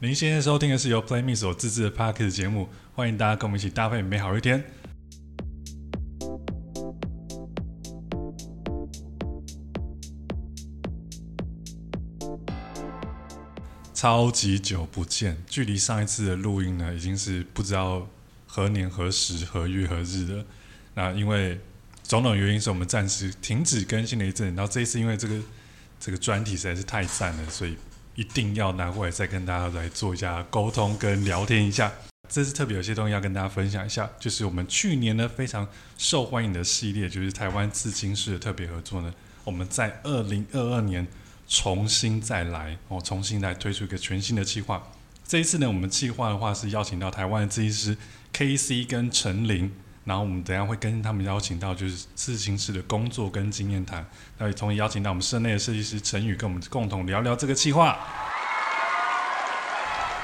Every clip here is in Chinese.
您现在收听的是由 Play Me 所自制的 Podcast 节目，欢迎大家跟我们一起搭配美好一天。超级久不见，距离上一次的录音呢，已经是不知道何年何时何月何日了。那因为种种原因，是我们暂时停止更新了一阵。然后这一次，因为这个这个专题实在是太赞了，所以一定要拿过来再跟大家来做一下沟通跟聊天一下。这次特别有些东西要跟大家分享一下，就是我们去年呢非常受欢迎的系列，就是台湾刺青师的特别合作呢，我们在二零二二年重新再来哦，重新来推出一个全新的计划。这一次呢，我们计划的话是邀请到台湾的刺青师 K C 跟陈琳，然后我们等一下会跟他们邀请到就是刺青师的工作跟经验谈，那也同时邀请到我们社内的设计师陈宇跟我们共同聊聊这个计划。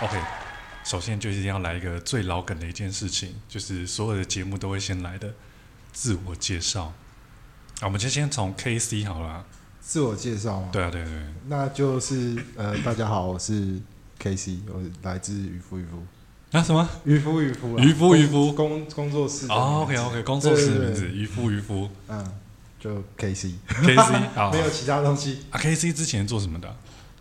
OK，首先就是要来一个最老梗的一件事情，就是所有的节目都会先来的自我介绍。啊，我们就先从 K C 好了啊。自我介绍吗？，对啊，对啊对啊。那就是呃，大家好，我是 K C，我来自渔夫渔夫那、什么？渔夫渔夫啦渔夫工渔夫工工作室的哦，OK 名字 OK，工作室的名对字对渔夫渔 夫嗯，就 K C， K C 啊，没有其他东西，啊 K C 之前做什么的啊？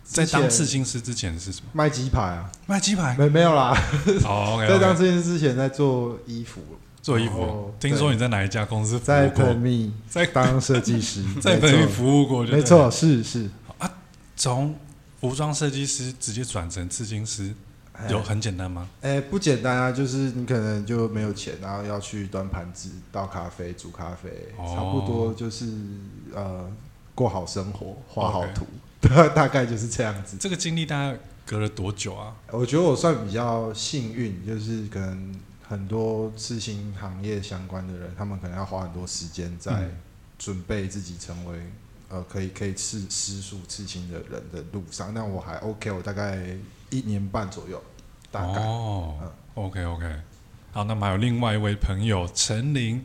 在之前当刺青师之前是什么？卖鸡排啊，卖鸡排。没没有啦， 哦，OK， 在当这件事之前在做衣服，做衣服哦。听说你在哪一家公司服在务本过？密在当设计师，哦在没本错地服务过，就没对错，。是是，从服装设计师直接转成刺青师，有很简单吗？哎、不简单啊，就是你可能就没有钱，然后要去端盘子、倒咖啡、煮咖啡，哦差不多就是呃过好生活、画好 OK 图大大概就是这样子。这个经历大概隔了多久啊？我觉得我算比较幸运，就是可能很多刺青行业相关的人，他们可能要花很多时间在嗯准备自己成为呃可以可以刺吃素刺青的人的路上。那我还 OK，我大概一年半左右，大概。嗯哦，OK OK。好，那么还有另外一位朋友陈琳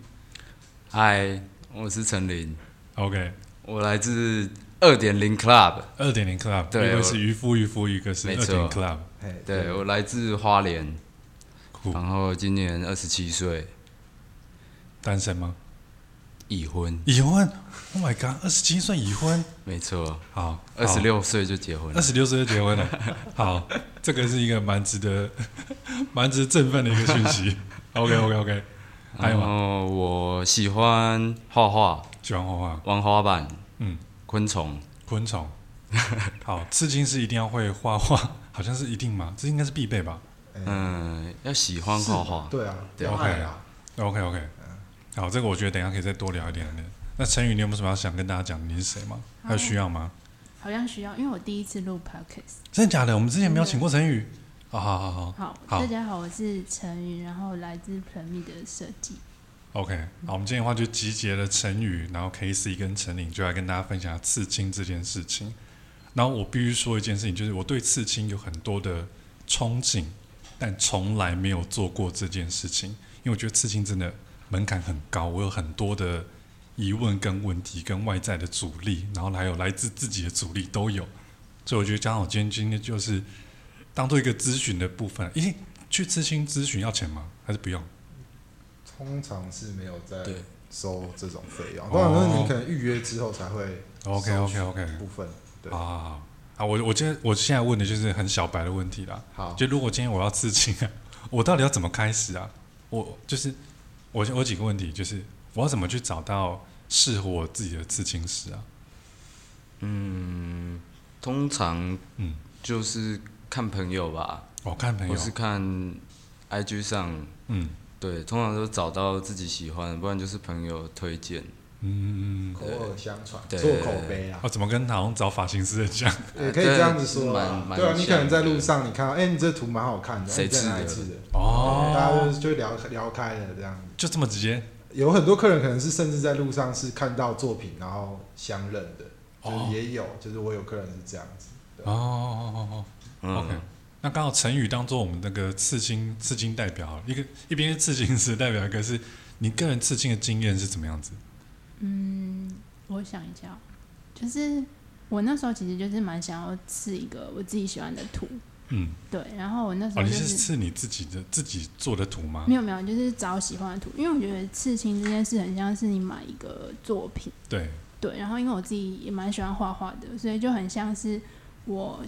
嗨，我是陈林， ，OK，我来自二点零 Club，二点零 Club，对一个我是渔夫渔夫，一个是没二错点零 Club，嘿对嗯我来自花莲，酷，然后今年二十七岁，单身吗？已婚，已婚？Oh my god，二十七岁已婚，没错，好，二十六岁就结婚哦二了，十六岁就结婚了。 好，这个是一个蛮值得、 蛮值得振奋的一个讯 息。OK OK OK，还有然吗？后我喜欢画画，喜欢画画，玩滑板，嗯，昆虫，昆虫。好，刺青是一定要会画画，好像是一定嘛，这应该是必备吧哎嗯，要喜欢是画画，对啊，对要 OK 爱啊， ？OK OK，好，这个我觉得等一下可以再多聊一点点。那陈宇，你有没有什么要想跟大家讲？你是谁吗？还有需要吗？好像需要，因为我第一次录 podcast。真的假的？我们之前没有请过陈宇。哦，好好好好，好大家好，我是陈宇，然后来自 p l 的设计。 ，OK。好，我们今天的话就集结了陈宇，然后 KC 跟陈颖，就来跟大家分享刺青这件事情。然后我必须说一件事情，就是我对刺青有很多的憧憬，但从来没有做过这件事情，因为我觉得刺青真的门槛很高，我有很多的疑问跟问题跟外在的阻力，然后还有来自自己的阻力都有，所以我觉得刚好今天今天就是当做一个咨询的部分。咦，去刺青咨询要钱吗？还是不用？通常是没有在对收这种费用哦，当然那你可能预约之后才会 OK OK OK，部分。对好，好好，啊，我我今天我现在问的就是很小白的问题啦，好，就如果今天我要刺青啊，我到底要怎么开始啊？我就是我我有几个问题，就是我要怎么去找到适合我自己的刺青师啊？嗯，通常嗯，就是看朋友吧，我看朋我友，是看 IG 上，嗯对，通常都找到自己喜欢的，不然就是朋友推荐。嗯嗯嗯，口耳相传，对哦做口碑啊我、，怎么跟好像找发型师很像？也可以这样子说蛮啊。蛮对啊，像你可能在路上，你看到，哎，你这图蛮好看的，哎谁你在哪里吃的吃的？ 哦，大家就就聊聊开了这样子。就这么直接有很多客人可能是甚至在路上是看到作品然后相认的，哦就是也有，就是我有客人是这样子。哦哦哦哦。嗯 OK，那刚好陈宇当做我们那个刺青刺青代表好了，一个一边是刺青师代表，一个是你个人刺青的经验是怎么样子？嗯，我想一下哦，就是我那时候其实就是蛮想要刺一个我自己喜欢的图，嗯，对，然后我那时哦，候你就是刺你自己的自己做的图吗没？有没有，就是找喜欢的图，因为我觉得刺青这件事很像是你买一个作品，对，对，然后因为我自己也蛮喜欢画画的，所以就很像是我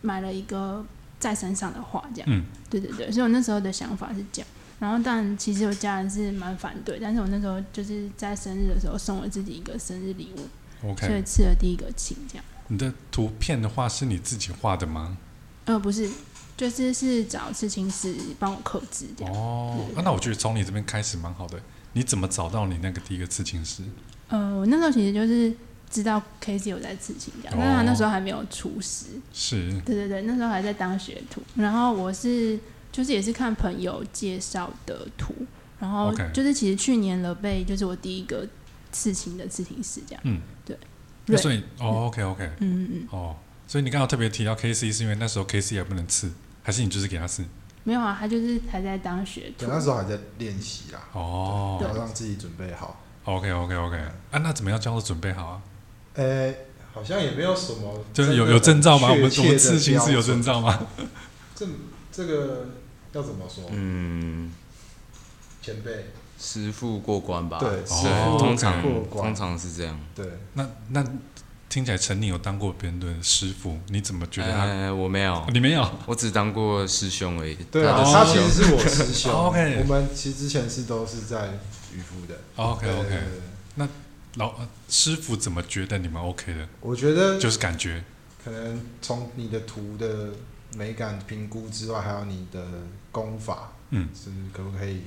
买了一个在身上的画这样。嗯，对对对，所以我那时候的想法是这样。然后，但其实我家人是蛮反对，但是我那时候就是在生日的时候送了自己一个生日礼物所以 OK，刺了第一个青这样。你的图片的话是你自己画的吗？呃，不是，就是是找刺青师帮我刻字这样。哦，啊那我觉得从你这边开始蛮好的。你怎么找到你那个第一个刺青师？呃，我那时候其实就是知道 K C 有在刺青这样，但是哦他那时候还没有出师。是对对对，那时候还在当学徒，然后我是就是也是看朋友介绍的图，然后 OK 就是其实去年了被就是我第一个刺青的刺青师这样，嗯，对，那对所以哦，OK OK，嗯嗯嗯，哦，所以你刚刚特别提到 K C 是因为那时候 K C 还不能刺，还是你就是给他刺？没有啊，他就是还在当学徒对，，那时候还在练习啦，哦然后让自己准备好。 ，OK OK OK，啊，那怎么样叫做准备好啊？呃，好像也没有什么就真是的有有证照吗？我们确我切们的刺青是有标准证照吗？这这个要怎么说？嗯，前辈，师傅过关吧？对师对，傅哦通常过关通常是这样。对，那那听起来陈宁有当过别人的师傅，你怎么觉得哎他？哦呃，我没有，你没有我只当过师兄而已。对啊，哦他其实是我师 兄。哦，OK 我们其实之前是都是在渔夫的。 ？OK 对对 OK，对对老呃师傅怎么觉得你们 OK 的？我觉得就是感觉可能从你的图的美感评估之外，还有你的功法，嗯是可不可以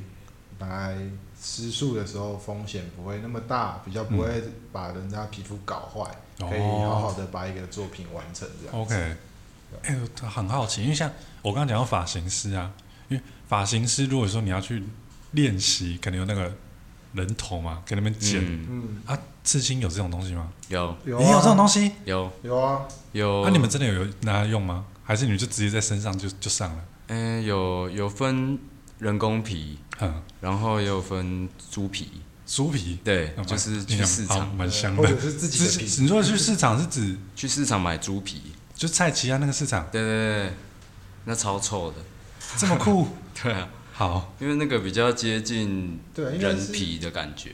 拿来施术的时候风险不会那么大，比较不会嗯把人家皮肤搞坏，可以好哦好的把一个作品完成这样。 ，OK。哎、呦，他很好奇，因为像我刚刚讲到发型师啊，因为发型师如果说你要去练习，可能有那个人头嘛，给你们剪、嗯，嗯，啊，刺青有这种东西吗？有有你有这种啊，东西？有有啊，有。那、你们真的有拿来用吗？还是你们就直接在身上就就上了？嗯，有有分人工皮，嗯，然后也有分猪皮，猪皮，对哦，就是蛮去市好场蛮香或的。者是 自己之的前皮，你说去市场是指去市场买猪皮，就蔡奇安那个市场对对对，那超臭的，这么 酷？对啊，好因为那个比较接近对应该人是皮的感觉，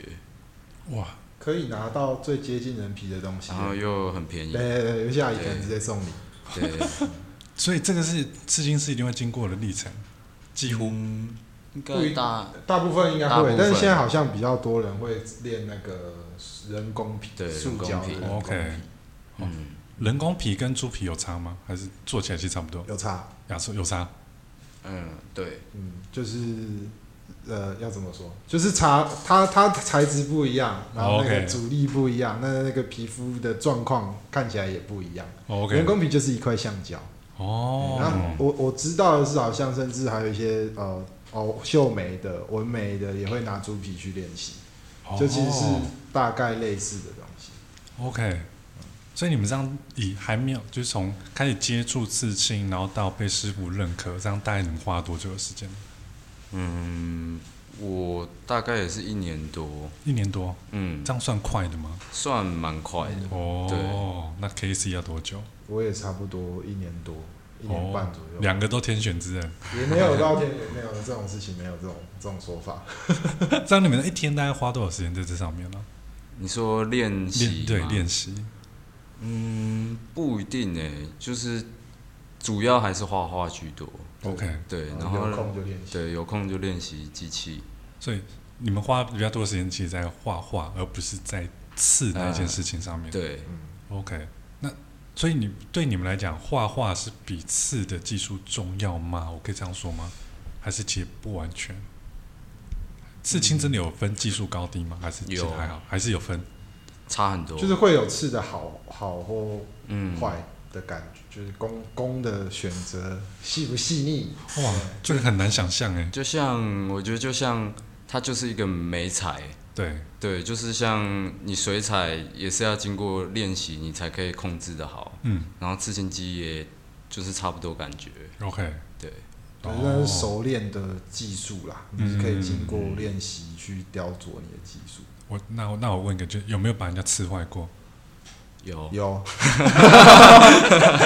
哇，可以拿到最接近人皮的东西然。啊后又很便宜，对对对，下一个人直接送你。对，所以这个是刺青师一定会经过的历程，几乎嗯应不一该定大大部分应该大部会分，但是现在好像比较多人会练那个人工皮，对塑胶的人工皮人工皮 OK 嗯人工皮跟猪皮有差吗？还是做起来其实差不多？有差，亚洲有差嗯对，嗯，就是呃，要怎么说，就是差它它材质不一样，然后那个哦 OK 阻力不一样，那那个皮肤的状况看起来也不一样。哦人？OK，工皮啊就是一块橡胶，然后哦，我我知道的是，好像甚至还有一些呃哦秀眉的、纹眉的也会拿猪皮去练习，就其实是哦大概类似的东西。 OK。所以你们这样以还没有，就是从开始接触刺青，然后到被师傅认可，这样大概你们花了多久的时间？嗯，我大概也是一年多，一年多，嗯，这样算快的吗？算蛮快的，哦，那 K C 要多久？我也差不多一年多，一哦年半左右，两个都天选之人。 也没有到天也没有这种事情，没有这种这种说法。这样你们一天大概花多少时间在这上面呢？你说练习练对吗练习，嗯，不一定诶、就是主要还是画画居多。 OK 对，然后哦有后空就练习。对有空就练习机器。所以你们花比较多的时间其实在画画，而不是在刺那一件事情上面。对，嗯， OK，那所以你对你们来讲，画画是比刺的技术重要吗？我可以这样说吗？还是其实不完全？刺青真的有分技术高低吗？还是其实有还好？还是有分？差很多。就是会有刺的好好或嗯，坏的感觉，就是弓弓的选择细不细腻。哇，这个很难想象哎。就像我觉得就像它就是一个美彩，对，对，就是像你水彩也是要经过练习你才可以控制的好，嗯然后刺青机也就是差不多感觉。 ，OK，对，哦对，那是熟练的技术啦，你是可以经过嗯练习去雕琢你的技术。嗯我那我那我问一个，就有没有把人家刺坏过？有有，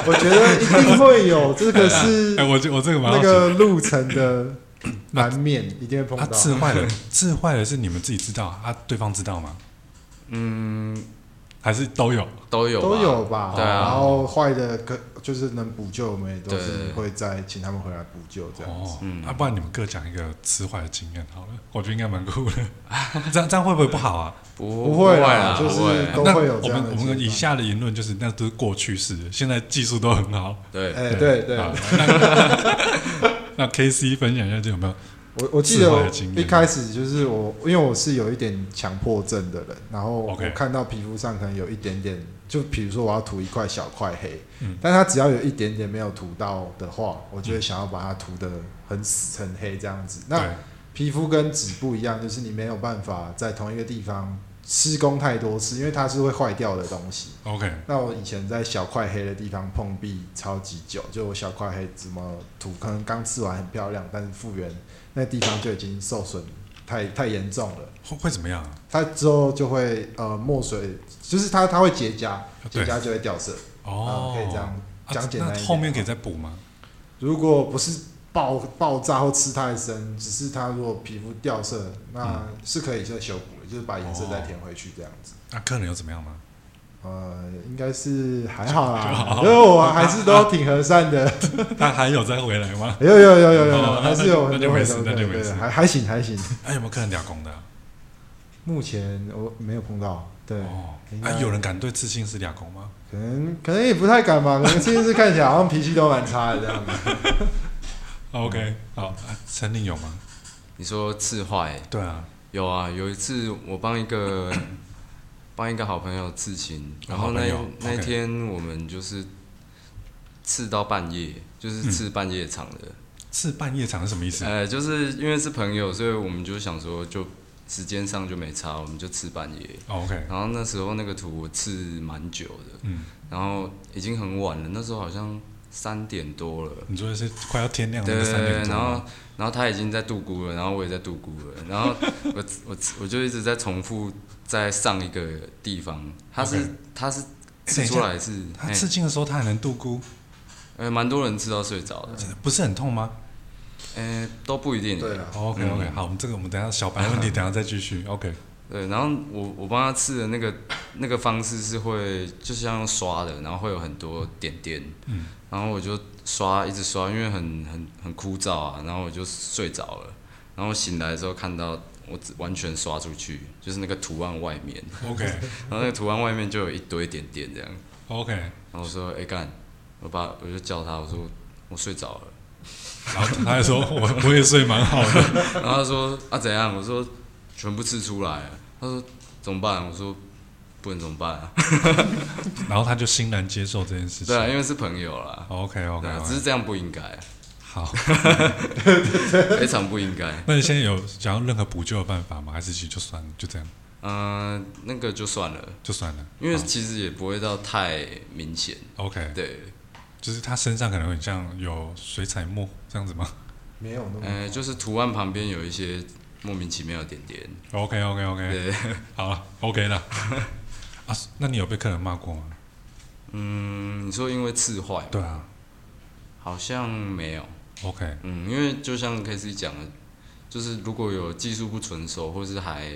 我觉得一定会有，这个 哎、是我这我这个蛮好那奇个路程 的难免，一定会碰他到。治坏 了，治坏了是你们自己知道，啊，对方知道吗？嗯还是都有？都有吧都有吧？哦对啊然后坏的可就是能补救，我们也都对是会再请他们回来补救这样子哦。，嗯啊，不然你们各讲一个吃坏的经验好了，我觉得应该蛮酷的。这样这样会不会不好啊？不不会啦，啦，就不是会都那会有我这样的们我情们以况。下的言论就是，那都是过去式的，现在技术都很好。对，哎，对对，好那那 K C 分享一下这有没有？我我记自得怀我的经验一开始就是我，因为我是有一点强迫症的人，然后我 OK 看到皮肤上可能有一点点，就比如说我要涂一块小块黑，嗯但它只要有一点点没有涂到的话，我就会想要把它涂的很死很黑这样子。那对皮肤跟纸不一样，就是你没有办法在同一个地方施工太多次，因为它是会坏掉的东西。 ，OK，那我以前在小块黑的地方碰壁超级久，就我小块黑怎么涂，可能刚吃完很漂亮，但是复原那地方就已经受损太太严重了。会会怎么样啊？它之后就会呃墨水，就是它它会结痂，结哦对痂就会掉色。哦，嗯可以这样啊讲简单一那点后面可以再补吗？如果不是爆爆炸或吃太深，只是它如果皮肤掉色，那是可以再修补的，就是把颜色再填回去这样子。那客人又怎么样吗？ 呃，应该是还好就啦 好，因为我还是都挺和善的。他还有再回来 吗？有有有有哦有，还是有那很就多没很事多那就没对事还还行还行。还有没有客人打工的啊？目前我没有碰到，对，哦，应啊该，有人敢对刺青师打工吗？可能可能也不太敢吧， 可能这件事看起来好像脾气都蛮差的这样子。 OK，好，啊陈林有吗？你说刺坏对啊，有啊，有一次我帮一个帮一个好朋友刺青，然后好那朋友那 OK 天我们就是刺到半夜，就是嗯刺半夜场的，是半夜场是什么意思？ 呃，就是因为是朋友，所以我们就想说就时间上就没差，我们就刺半夜。哦 OK，然后那时候那个图我刺蛮久的，嗯，然后已经很晚了，那时候好像三点多了。你说的是快要天亮那对个对三对点，多然后吗，然后他已经在度孤了，然后我也在度孤了，然后我 我我就一直在重复在上一个地方，他是 OK 他是哎等刺一下出来哎是，他嘿刺青的时候他还能度孤，呃蛮多人刺到睡着的，不是很痛吗哦呃都不一定，对啊， ？OK 嗯 OK，好，我们这个我们等一下小白问 题，等一下再继续。OK，对，然后我我帮他刺的那个那个方式是会就像用刷的，然后会有很多点点，嗯然后我就刷一直刷，因为很很很枯燥啊，然后我就睡着了，然后醒来的时候看到我只完全刷出去，就是那个图案外面， ，OK 然后那个图案外面就有一堆点点这样， OK，然后我说哎干，我把我就叫他我说我睡着了，然后他还说我我也睡蛮好的， 然后他说啊怎样，我说全部刺出来了，他说怎么办，我说不能怎么办啊，然后他就欣然接受这件事情对。啊，因为是朋友啦。 OK 对 OK，啊，只是这样不应该， 好，非常不应该。那你现在有想要任何补救的办法吗？还是其实就算了，就这样嗯、那个就算了，就算了，因为好其实也不会到太明显。 OK，对，就是他身上可能很像有水彩墨这样子吗没有哦那么呃，就是图案旁边有一些莫名其妙的点点。 ？OK OK OK，对，好了，OK 了。 啊，那你有被客人骂过吗？嗯，你说因为刺坏，对啊好像没有。 ，OK，嗯，因为就像 K C 讲的，就是如果有技术不纯熟，或是还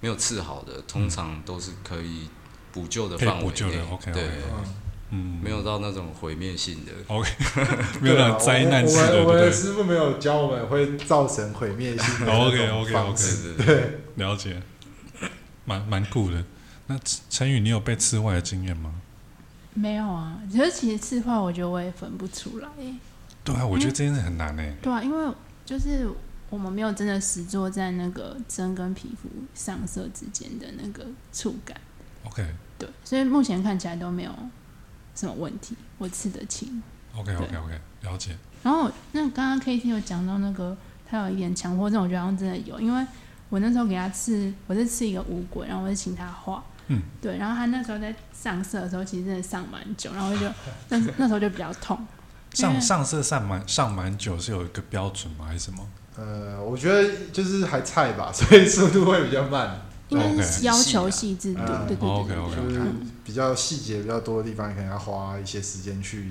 没有刺好的，通常都是可以补救的可以范围补救的内。 ，OK，OK 对，嗯，嗯，没有到那种毁灭 性的。 没有那种对啊灾难式我的，对们不我们的对师傅没有教我们会造成毁灭 性的 OK，OK，OK 方对式对对。对，了解，蛮蛮酷的。那陈宇，你有被吃坏的经验吗？没有啊，可是其实刺坏，我觉得我也分不出来耶。对啊，我觉得这件事很难诶、对啊，因为就是我们没有真的实做在那个针跟皮肤上色之间的那个触感， OK 对，所以目前看起来都没有什么问题，我吃得清。 OK OK OK，了解。然后那刚刚 K T 有讲到那个他有一点强迫症，我觉得好像真的有，因为我那时候给他刺，我是刺一个乌龟，然后我是请他画，嗯，对，然后他那时候在上色的时候，其实真的上蛮久，然后我就那时那时候就比较痛，因啊为上上色上满上满久是有一个标准吗？还是什么？ 呃，我觉得就是还菜吧，所以速度会比较慢。应该，OK 是要求细致度，嗯对对对对 OK，OK 对就是嗯比较细节比较多的地方，你可能要花一些时间去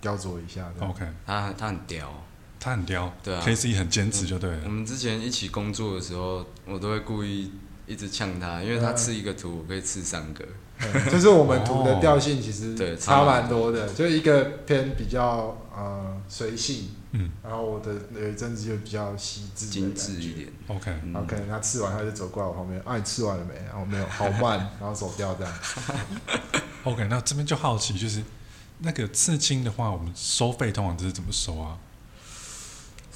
雕琢一下。这样 OK，他他很屌哦。他很刁，啊对啊嗯 k C 很坚持就对我了。们之前一起工作的时候，我都会故意一直呛他，因为他吃一个图，我可以吃三个。嗯 就是我们图的调性其实对差差蛮多的，就一个偏比较呃随性，嗯然后我的有一阵子就比较细致的精感致一觉。点。 OK，嗯然后可能他吃完，他就走过来我旁边，啊，你吃完了没？然后没有，好慢， 然后走掉这样。 OK，那这边就好奇，就是那个刺青的话，我们收费通常都是怎么收啊？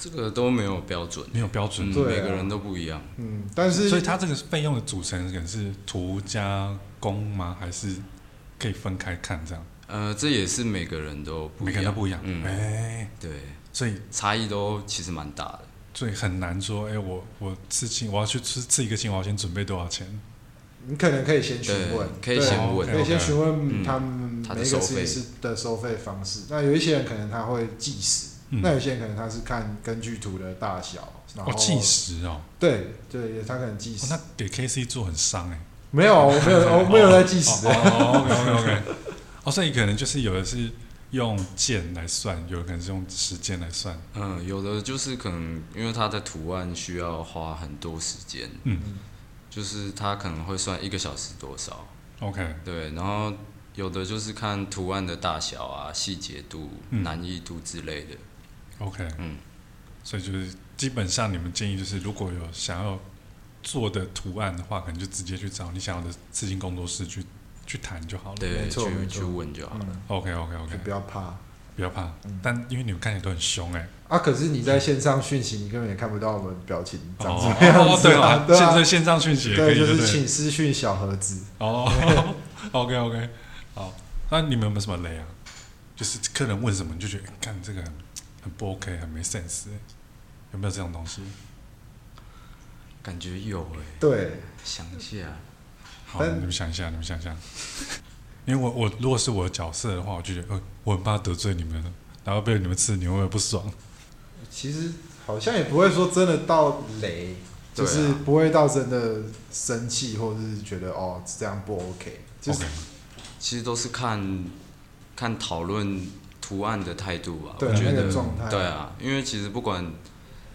这个都没有标准，没有标准嗯，对啊每个人都不一样。嗯，但是所以它这个费用的组成可能是图加工吗？还是可以分开看这样？呃，这也是每个人都不一样每个人都不一样。哎、嗯，对，所以差异都其实蛮大的。所以很难说，哎、我我刺青，我要去刺刺一个青，我要先准备多少钱？你可能可以先询问，对，可以对啊先问对。可以先 OK 询问嗯他们他的每一收个费设计师的收费方式。那有一些人可能他会计时，嗯那有些人可能他是看根据图的大小，然后哦，计时哦，对对，他可能计哦时那。给 K C 做很伤哎、没有，哦我没有，我没有在计时哦的。哦，OK OK OK。哦，所以可能就是有的是用件来算，有的可能是用时间来算。嗯，有的就是可能因为它的图案需要花很多时间，嗯就是它可能会算一个小时多少， ，OK，对，然后有的就是看图案的大小啊、细节度、嗯难易度之类的。 OK，嗯，所以就是基本上你们建议就是，如果有想要做的图案的话，可能就直接去找你想要的刺青工作室去去谈就好了。对，哦没错没去错去问就好了。嗯， OK OK 就 OK，不要怕不要怕嗯，但因为你们看起来都很凶哎，啊！可是你在线上讯息，你根本也看不到我们表情长什哦么样哦子对啊啊，对现在啊，线上讯息也可对，以，就是对请私讯小盒子。哦 ，OK OK，好，那你们有没有什么雷啊？就是客人问什么你就觉得，哎干这个很很不 OK，很没 sense，哎有没有这种东西？感觉有诶、对，想一下，好，但你们想一下，你们想一下， 因为我我如果是我的角色的话，我就觉得，呃，我很怕得罪你们，然后被你们吃，你们会不会不爽？其实好像也不会说真的到雷，就对啊是不会到真的生气，或者是觉得哦这样不 OK，就是 OK 其实都是看看讨论图案的态度吧。对我觉那得个状态，对啊，因为其实不管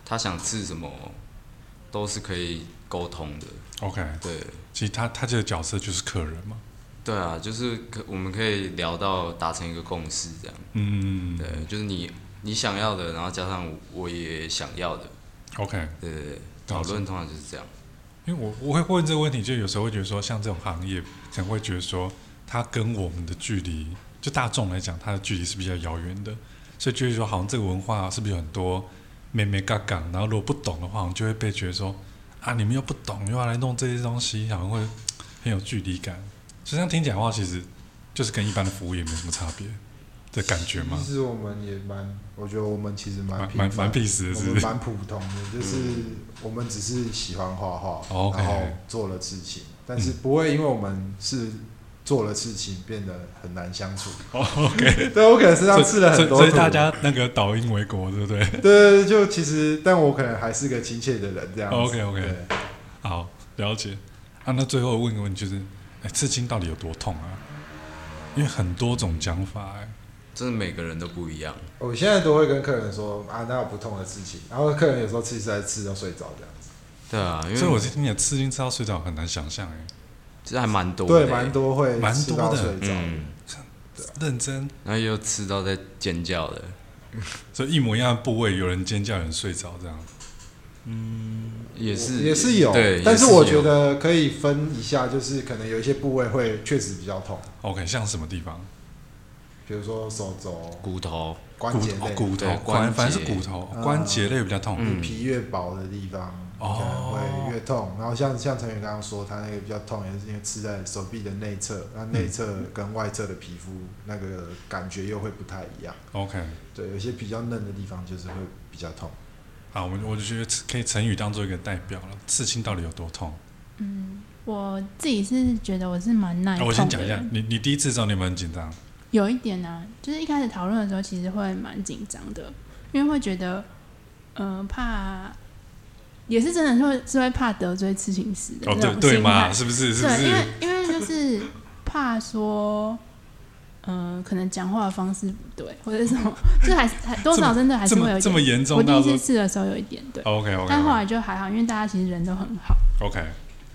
他想吃什么，都是可以沟通的。 OK，对，其实他他这个角色就是客人嘛，对啊，就是可我们可以聊到达成一个共识，这样。嗯对，就是你你想要的，然后加上我也想要的， ，OK，对对对，了讨解论通常就是这样。因为我我会问这个问题，就有时候会觉得说，像这种行业可能会觉得说，它跟我们的距离，就大众来讲，它的距离是比较遥远的，所以就会说，好像这个文化是不是有很多妹妹嘎嘎，然后如果不懂的话，我们就会被觉得说，啊，你们又不懂，又要来弄这些东西，好像会很有距离感。实际上听起来的话，其实就是跟一般的服务也没什么差别的感觉嘛其，实我们也蛮，我觉得我们其实蛮蛮平凡蛮蛮 peace 的，我是们不是？蛮普通的，就是我们只是喜欢画哦画， ，OK 嗯然后做了事情，但是不会因为我们是做了事情变得很难相 处。哦，OK，对我可能身所上以刺了所很以多所以图大家那个倒因为国，对不对？对对，对就其实，但我可能还是个亲切的人这样子。哦，OK，OK 对好，了解。啊，那最后问一个问题，就是，哎、刺青到底有多痛啊？因为很多种讲法、哎，真的每个人都不一样，我现在都会跟客人说啊，那有不痛的事情，然后客人有时候吃一吃还吃到睡着这样子，对啊，因为所以我是听你的刺青吃到睡着很难想象，哎，其实还蛮多的欸，对，蛮多会哦蛮吃多到的睡着。嗯，认真，然后也有吃到在尖叫的，所以一模一样的部位，有人尖叫，有人睡着，这样。也是也是有对，，但是也有我觉得可以分一下，就是可能有一些部位会确实比较痛， OK，像什么地方？比如说手肘、骨头，关骨节哦类、骨头对，关关反正是节骨头，嗯关节类比较痛。你嗯皮越薄的地方，哦可能会越痛。然后像像陈宇刚刚说，他那个比较痛，也是因为刺在手臂的内侧，那内侧跟外侧的皮肤那个感觉又会不太一样。 OK，对，有些比较嫩的地方就是会比较痛。好，我们我就觉得刺可以成语当做一个代表了。刺青到底有多痛？嗯，我自己是觉得我是蛮耐哎痛的人、我先讲一下，你你第一次知道你有没有很紧张？哦有一点呢、啊就是一开始讨论的时候，其实会蛮紧张的，因为会觉得，呃，怕也是真的是会是会怕得罪刺青师的哦，那对种对心嘛，态，是不是？是不对，因为是？因为就是怕说，嗯、可能讲话的方式不对，或者什 么，就还是还多少真的还是这会有么一这点么。严我重哦第到一说次试的时候有一点对， ，OK OK 但后来就还好，因为大家其实人都很好， OK，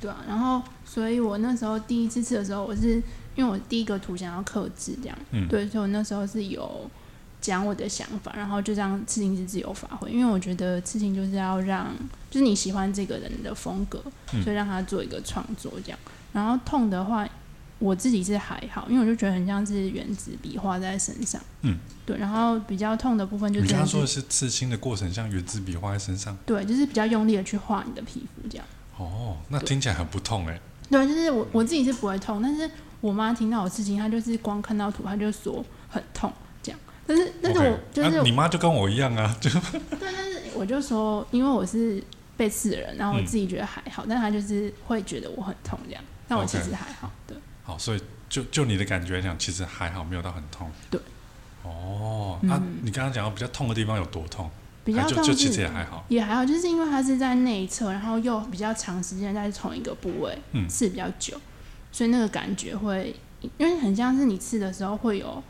对啊。然后，所以我那时候第一次试的时候，我是因为我第一个图想要克制这样，嗯，对，所以我那时候是有讲我的想法，然后就让刺青是自由发挥，因为我觉得刺青就是要让，就是你喜欢这个人的风格，嗯所以让他做一个创作这样。然后痛的话，我自己是还好，因为我就觉得很像是原子笔画在身上，嗯，对。然后比较痛的部分就你真刚的刚说是的是刺青的过程，像圆珠笔画在身上。对，就是比较用力的去画你的皮肤这样。哦，那听起来很不痛哎、对，就是我我自己是不会痛，但是我妈听到我刺青，她就是光看到图，她就说很痛这样。但是，但是我 OK，就是啊、你妈就跟我一样啊，就对，但是我就说，因为我是被刺的人，然后我自己觉得还好，但他就是会觉得我很痛这样，但我其实还好。对，好，所以就就你的感觉来讲，其实还好，没有到很痛。对。嗯哦，啊，你刚刚讲到比较痛的地方有多痛？比较还就痛就是其实也还好。也还好，就是因为它是在内侧，然后又比较长时间在同一个部位嗯刺比较久，所以那个感觉会，因为很像是你刺的时候会有，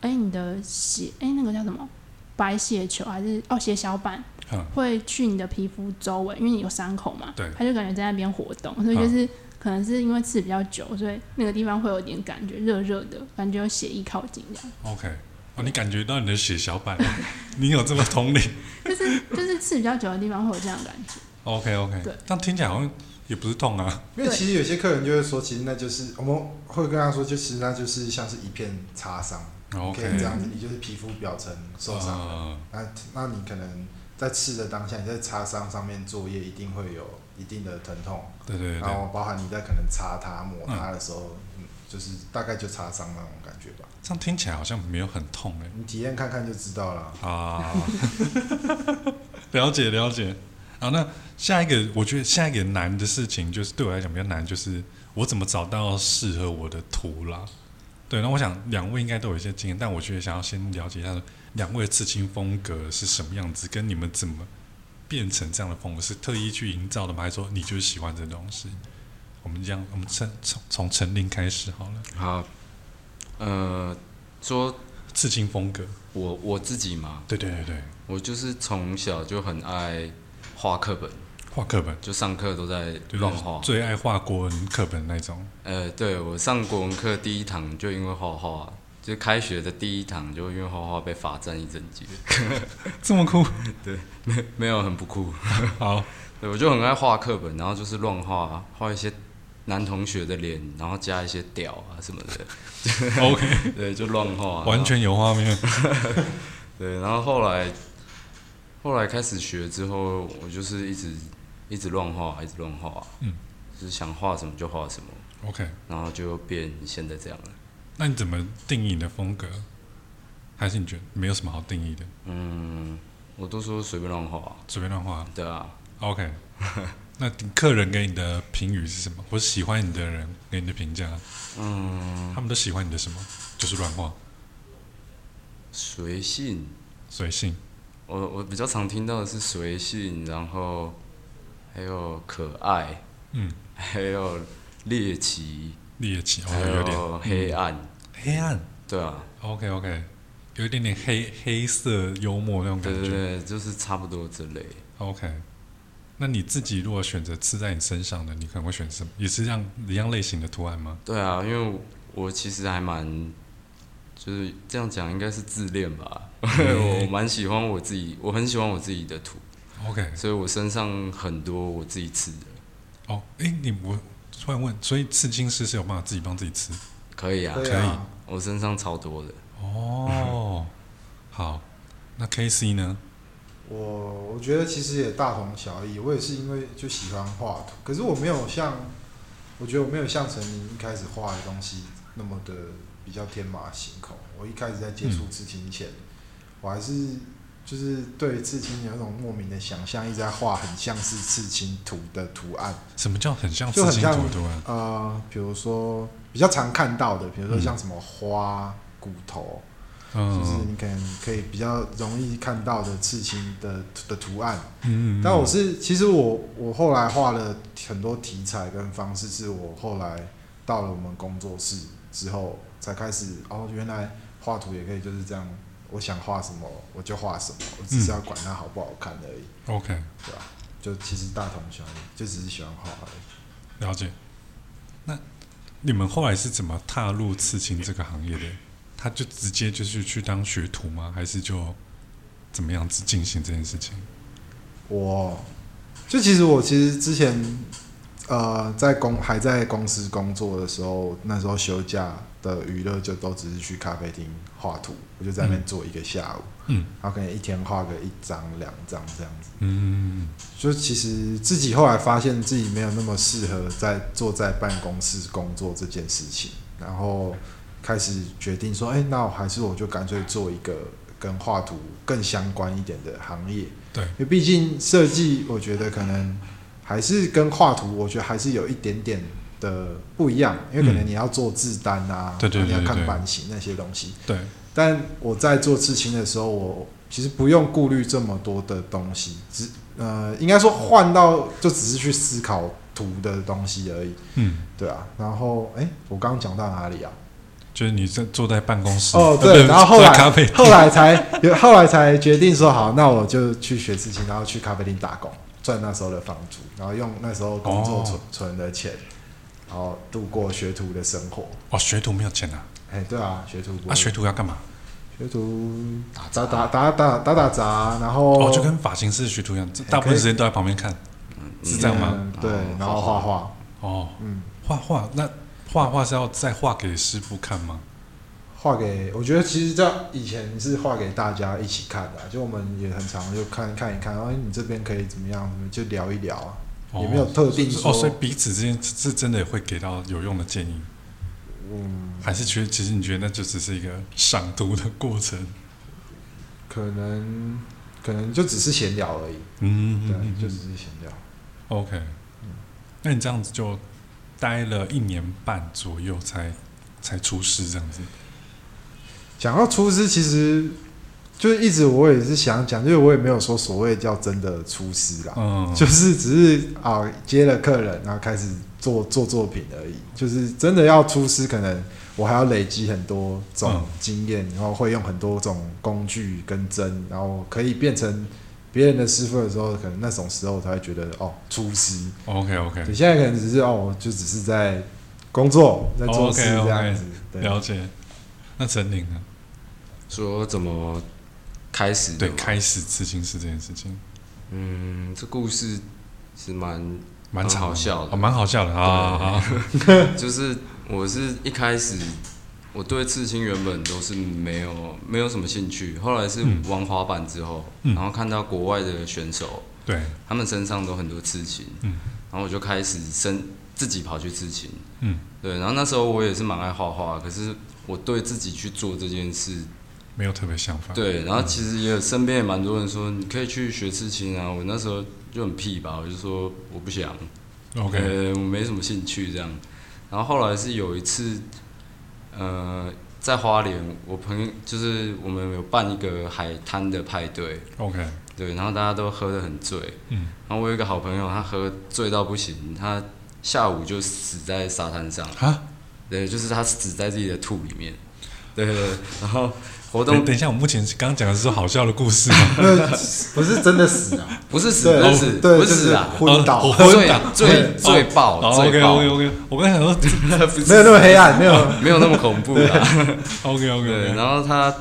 哎、你的血，哎、那个叫什么？白血球还是哦血小板嗯会去你的皮肤周围，因为你有伤口嘛，对嗯它就感觉在那边活动，所以就是、可能是因为刺比较久，所以那个地方会有点感觉热热的，感觉有血液靠近这样。 ，OK。哦，你感觉到你的血小板， 你有这么通灵就是就是刺比较久的地方会有这样的感觉。 ？OK OK。对。但听起来好像也不是痛啊。因为对其实有些客人就会说，其实那就是我们会跟他说，就其实那就是像是一片擦伤，你哦 OK。可以这样子，你就是皮肤表层受伤了。呃那那你可能在刺的当下，你在擦伤上面作业一定会有一定的疼痛，对对对然对，后包含你在可能擦它、抹它的时候，嗯，就是大概就擦伤那种感觉吧。这样听起来好像没有很痛哎、你体验看看就知道了。啊，了解了解。好，那下一个，我觉得下一个难的事情，就是对我来讲比较难，就是我怎么找到适合我的图啦。对，那我想两位应该都有一些经验，但我觉得想要先了解一下两位的刺青风格是什么样子，跟你们怎么变成这样的风格，是特意去营造的吗？还是说你就是喜欢这东西？我们这样，我们从从从陈林开始好了，好，呃，说刺青风格，我我自己嘛，对对对对，我就是从小就很爱画课本，画课本，就上课都在对乱画。最爱画国文课本那种。呃，对我上国文课第一堂就因为画画，就开学的第一堂就因为画画被罚站一整节，这么酷？没有很不酷。好，对，我就很爱画课本，然后就是乱画，啊画一些男同学的脸，然后加一些屌啊什么的， OK， 对，就乱画。啊完全有画面。对，然后后来后来开始学之后，我就是一直一直乱画，一直乱画，啊嗯，就是想画什么就画什么， OK，然后就变现在这样了。那你怎么定义你的风格？还是你觉得没有什么好定义的，嗯，我都说随便乱画，啊随便乱画对啊， ？OK，那客人给你的评语是什么？或者喜欢你的人给你的评价，嗯，他们都喜欢你的什么？就是乱画，随性。随性。我我比较常听到的是随性，然后还有可爱，嗯，还有猎奇，猎奇还哦，有点有黑暗，黑暗。对啊， OK OK，有一点点黑黑色幽默那种感对对觉。对，就是差不多这类。 OK，那你自己如果选择刺在你身上的，你可能会选什么？也是像一样类型的图案吗？对啊，因为我我其实还蛮，就是这样讲应该是自恋吧。嗯 我蛮喜欢我自己，我很喜欢我自己的图， OK，所以我身上很多我自己吃的，哦，诶，你我突然问，所以刺青师是有办法自己帮自己刺？可以啊，对可以啊，我身上超多的。哦， 好，那 K C 呢？我我觉得其实也大同小异。我也是因为就喜欢画图，可是我没有像，我觉得我没有像陈琳一开始画的东西那么的比较天马行空。我一开始在接触刺青前，我还是就是对刺青有一种莫名的想象，一直在画很像是刺青图的图案。什么叫很像刺就很青图像图案？呃，比如说比较常看到的，比如说像什么花、骨头，就是嗯你可能可以比较容易看到的刺青的的图案。嗯，但我是其实我我后来画了很多题材跟方式，是我后来到了我们工作室之后才开始哦，原来画图也可以就是这样，我想画什么我就画什么，我只是要管它好不好看而已， OK 对吧、就其实大同小异，就只是喜欢画而已。了解。那你们后来是怎么踏入刺青这个行业的？他就直接就是去当学徒吗？还是就怎么样子进行这件事情？我就其实我其实之前呃在公还在公司工作的时候，那时候休假的娱乐就都只是去咖啡厅画图，我就在那边嗯坐一个下午。嗯然后可能一天画个一张两张这样子。嗯就其实自己后来发现自己没有那么适合在坐在办公室工作这件事情，然后开始决定说，哎、那我还是我就干脆做一个跟画图更相关一点的行业。对因为毕竟设计，我觉得可能还是跟画图，我觉得还是有一点点的不一样，因为可能嗯你要做字单啊，对对对你要对看对版型那些东西。对，但我在做刺青的时候，我其实不用顾虑这么多的东西，只呃，应该说换到就只是去思考图的东西而已，嗯，对啊。然后，哎、我刚刚讲到 哪里啊？就是你在坐在办公室哦，呃不对，是然后后坐在来咖啡厅后来才有后来才决定说好，那我就去学刺青，然后去咖啡厅打工，赚那时候的房租，然后用那时候工作哦存、存的钱，然后度过学徒的生活。哦，学徒没有钱啊？哎、对啊，学徒不啊，会学徒要干嘛？学徒啊打打打打打打杂，然后哦，就跟发型师学徒一样，这哎大部分可以时间都在旁边看。是这样吗嗯对，然后画画，哦，嗯，画画那画画是要再画给师傅看吗？画给我觉得其实在以前是画给大家一起看的啊、就我们也很常就看看一看，哎，你这边可以怎么样，就聊一聊啊，哦也没有特定是说，哦，所以彼此之间是是真的也会给到有用的建议，嗯，还是觉得其实你觉得那就只是一个赏读的过程？可能可能就只是闲聊而已，嗯，对，嗯嗯就只是闲聊。 OK，嗯那你这样子就待了一年半左右才才出师这样子。讲到出师，其实就是一直我也是想讲，因为我也没有说所谓叫真的出师啦，嗯， 就是只是啊接了客人，然后开始做做作品而已。就是真的要出师，可能我还要累积很多种嗯经验，然后会用很多种工具跟针，然后可以变成别人的师傅的时候，可能那种时候才会觉得哦出师。 OK OK，你现在可能只是哦，就只是在工作，在做事 OK，OK，这样子。了解。那陈宁呢？说怎么开始的对，吗开始刺青师这件事情嗯，这故事是蛮蛮蛮长的好笑的哦蛮好笑的啊！好好 就是我是一开始我对刺青原本都是没有没有什么兴趣，后来是嗯玩滑板之后，嗯然后看到国外的选手，对，他们身上都很多刺青，嗯然后我就开始身自己跑去刺青，嗯，对，然后那时候我也是蛮爱画画，可是我对自己去做这件事，没有特别想法。嗯对，然后其实也有身边也蛮多人说你可以去学刺青啊，我那时候就很屁吧，我就说我不想， OK，呃，我没什么兴趣这样。然后后来是有一次，呃，在花莲，我朋友就是我们有办一个海滩的派对， OK，对，然后大家都喝得很醉。嗯。然后我有一个好朋友，他喝醉到不行，他下午就死在沙滩上，哈，对，就是他死在自己的吐里面。对对对，然后活等动等一下，我目前刚刚讲的是好笑的故事嘛？那不是真的死啊，不 是死，对不是死，对，哦不就是是死啊，昏倒，哦昏醉倒醉醉爆，哦 OK 醉 OK 爆， OK，我刚才想说 不是啊没有那么黑暗，没哦有。没有那么恐怖啊啦。 OK OK 对， OK，然后他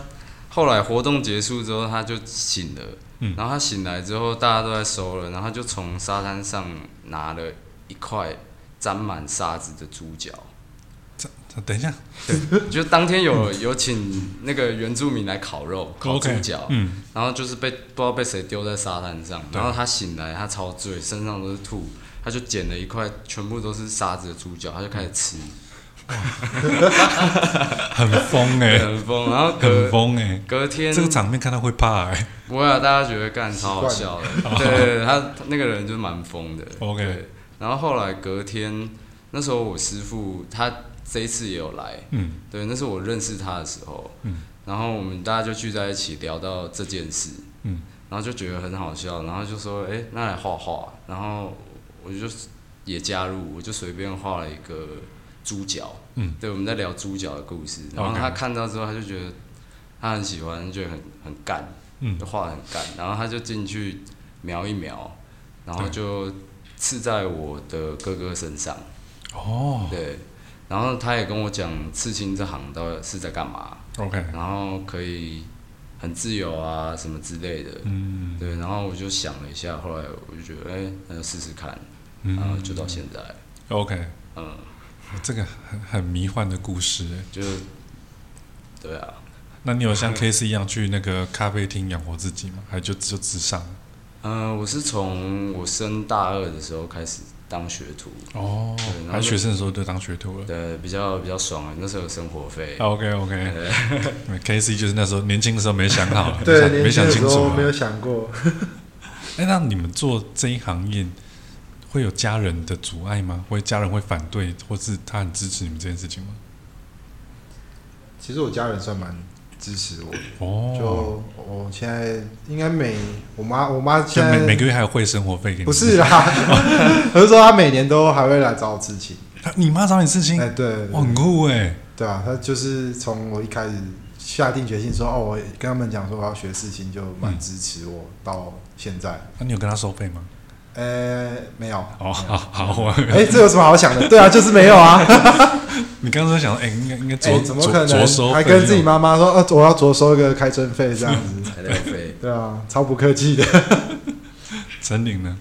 后来活动结束之后，他就醒了。嗯然后他醒来之后，大家都在收了，然后他就从沙滩上拿了一块沾满沙子的猪脚。等一下就当天有有请那个原住民来烤肉，烤嗯哦猪，OK，脚，嗯，然后就是被不知道被谁丢在沙滩上，对然后他醒来，他超醉，身上都是吐，他就捡了一块全部都是沙子的猪脚，他就开始吃，很疯哎， 很疯。然后很隔疯哎，隔天这个场面看到会怕哎。不会啊，大家觉得干超好笑的。对，他他那个人就是蛮疯的。 OK 对然后后来隔天，那时候我师傅他这一次也有来，嗯对，那是我认识他的时候。嗯。然然后我们大家就聚在一起聊到这件事，嗯，然后就觉得很好笑，然后就说，哎、那来画画，然后我就也加入，我就随便画了一个猪脚，嗯，对，我们在聊猪脚的故事，然后 OK 他看到之后，他就觉得他很喜欢，觉得很很干，嗯就画的很干，然后他就进去描一描，然后对就刺在我的哥哥身上，嗯哦对，然后他也跟我讲刺青这行到底是在干嘛， ，OK，然后可以很自由啊什么之类的，嗯对，然后我就想了一下，后来我就觉得，哎、那就试试看，然后嗯就到现在， ，OK，嗯，这个很很迷幻的故事哎。就对啊，那你有嗯像 K C 一样去那个咖啡厅养活自己吗？还就就自上？嗯、我是从我升大二的时候开始当学徒，哦对然后就还学生的时候就当学徒了。对，比较比较爽啊，那时候有生活费， OK OK，K C 就是那时候年轻的时候没想好，没对，想年没轻想的清时楚候啊没。有想过，哎，那你们做这一行业会有家人的阻碍吗？会家人会反对，或是他很支持你们这件事情吗？其实我家人算蛮支持我的，哦，就我现在应该每我妈我妈就现每每在个月还有汇生活费给你？不是，啊啦，我是说 她每年都还会来找我刺青，你妈哦找你事情哎，，对，哇，很酷哎。对啊，她就是从我一开始下定决心说哦，我跟他们讲说我要学刺青，就蛮支持我到现在。那你有跟他收费吗？呃，没有，哦，好好，我哎，这有什么好想的？对啊，就是没有啊。 你刚刚在想，哎，应该应该哎着怎么可着着收能？还费跟自己用妈妈说，呃，我要着收一个开春费这样 子。材料费，对啊，超不客气的。陈玲呢？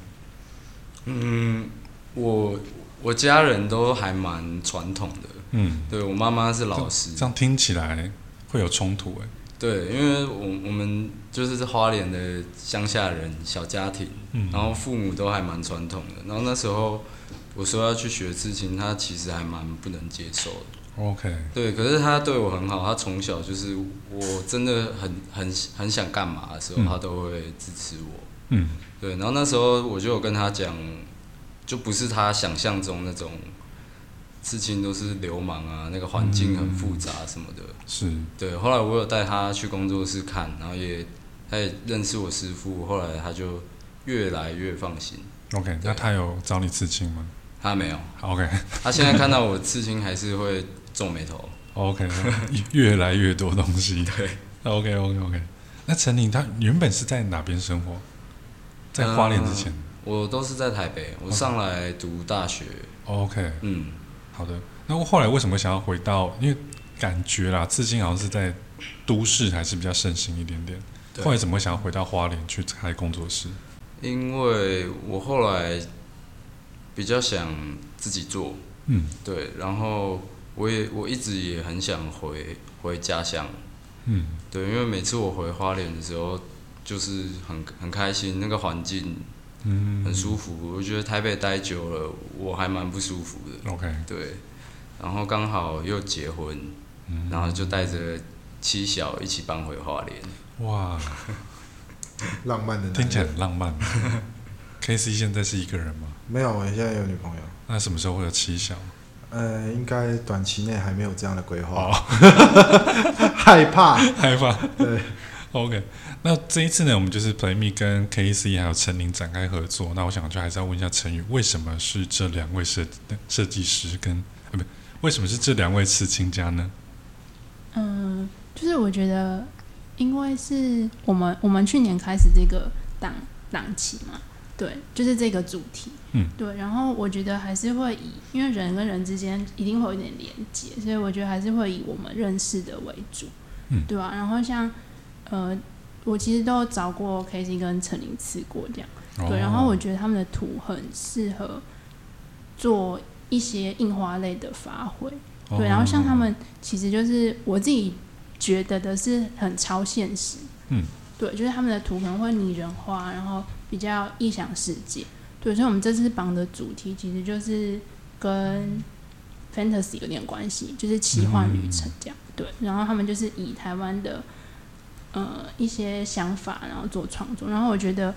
嗯，我我家人都还蛮传统的，嗯，对我妈妈是老师，这样听起来会有冲突哎、对，因为我我们就是花莲的乡下人小家庭，嗯然后父母都还蛮传统的。然后那时候我说要去学刺青，他其实还蛮不能接受的。哦，OK，对，可是他对我很好，他从小就是我真的很很很想干嘛的时候，嗯他都会支持我。嗯对，然后那时候我就有跟他讲，就不是他想象中那种刺青都是流氓啊，那个环境嗯很复杂什么的。是，对，后来我有带他去工作室看，然后也他也认识我师傅，后来他就越来越放心。 OK，那他有找你刺青吗他没有， ？OK 他现在看到我刺青还是会皱眉头。 OK，越来越多东西。对，OK OK OK。那陈玲她原本是在哪边生活？在花莲之前。我都是在台北，我上来读大学， OK，嗯，好的。那我后来为什么想要回到？因为感觉啦，刺青好像是在都市还是比较盛行一点点。对后来怎么会想要回到花莲去开工作室？因为我后来比较想自己做，嗯对，然后我也我一直也很想回回家乡，嗯对，因为每次我回花莲的时候，就是很很开心，那个环境嗯，很舒服。我觉得台北待久了，我还蛮不舒服的。 OK，对，然后刚好又结婚，嗯，然后就带着妻小一起搬回花莲。哇，浪漫的男人听起来很浪 漫。K C 现在是一个人吗？没有，我现在有女朋友。那什么时候会有妻小？呃，应该短期内还没有这样的规划，哦， 害怕。 害怕。对 OK，那这一次呢，我们就是 Play Me 跟 K C 还有陈琳展开合作。那我想就还是要问一下陈宇，为什么是这两位设设计师跟呃不，为什么是这两位刺青家呢？嗯，就是我觉得，因为是我们我们去年开始这个档档期嘛，对，就是这个主题，嗯，对。然后我觉得还是会以，因为人跟人之间一定会有一点连接，所以我觉得还是会以我们认识的为主，嗯对啊。然后像呃，我其实都有找过 K C 跟陈琳吃过这样。哦对，然后我觉得他们的图很适合做一些印花类的发挥。哦对，然后像他，们其实就是我自己觉得的是很超现实。嗯，对，就是他们的图可能会拟人化，然后比较异想世界。对，所以我们这次绑的主题其实就是跟 fantasy 有点关系，就是奇幻嗯旅程这样。对，然后他们就是以台湾的呃一些想法，然后做创作。然后我觉得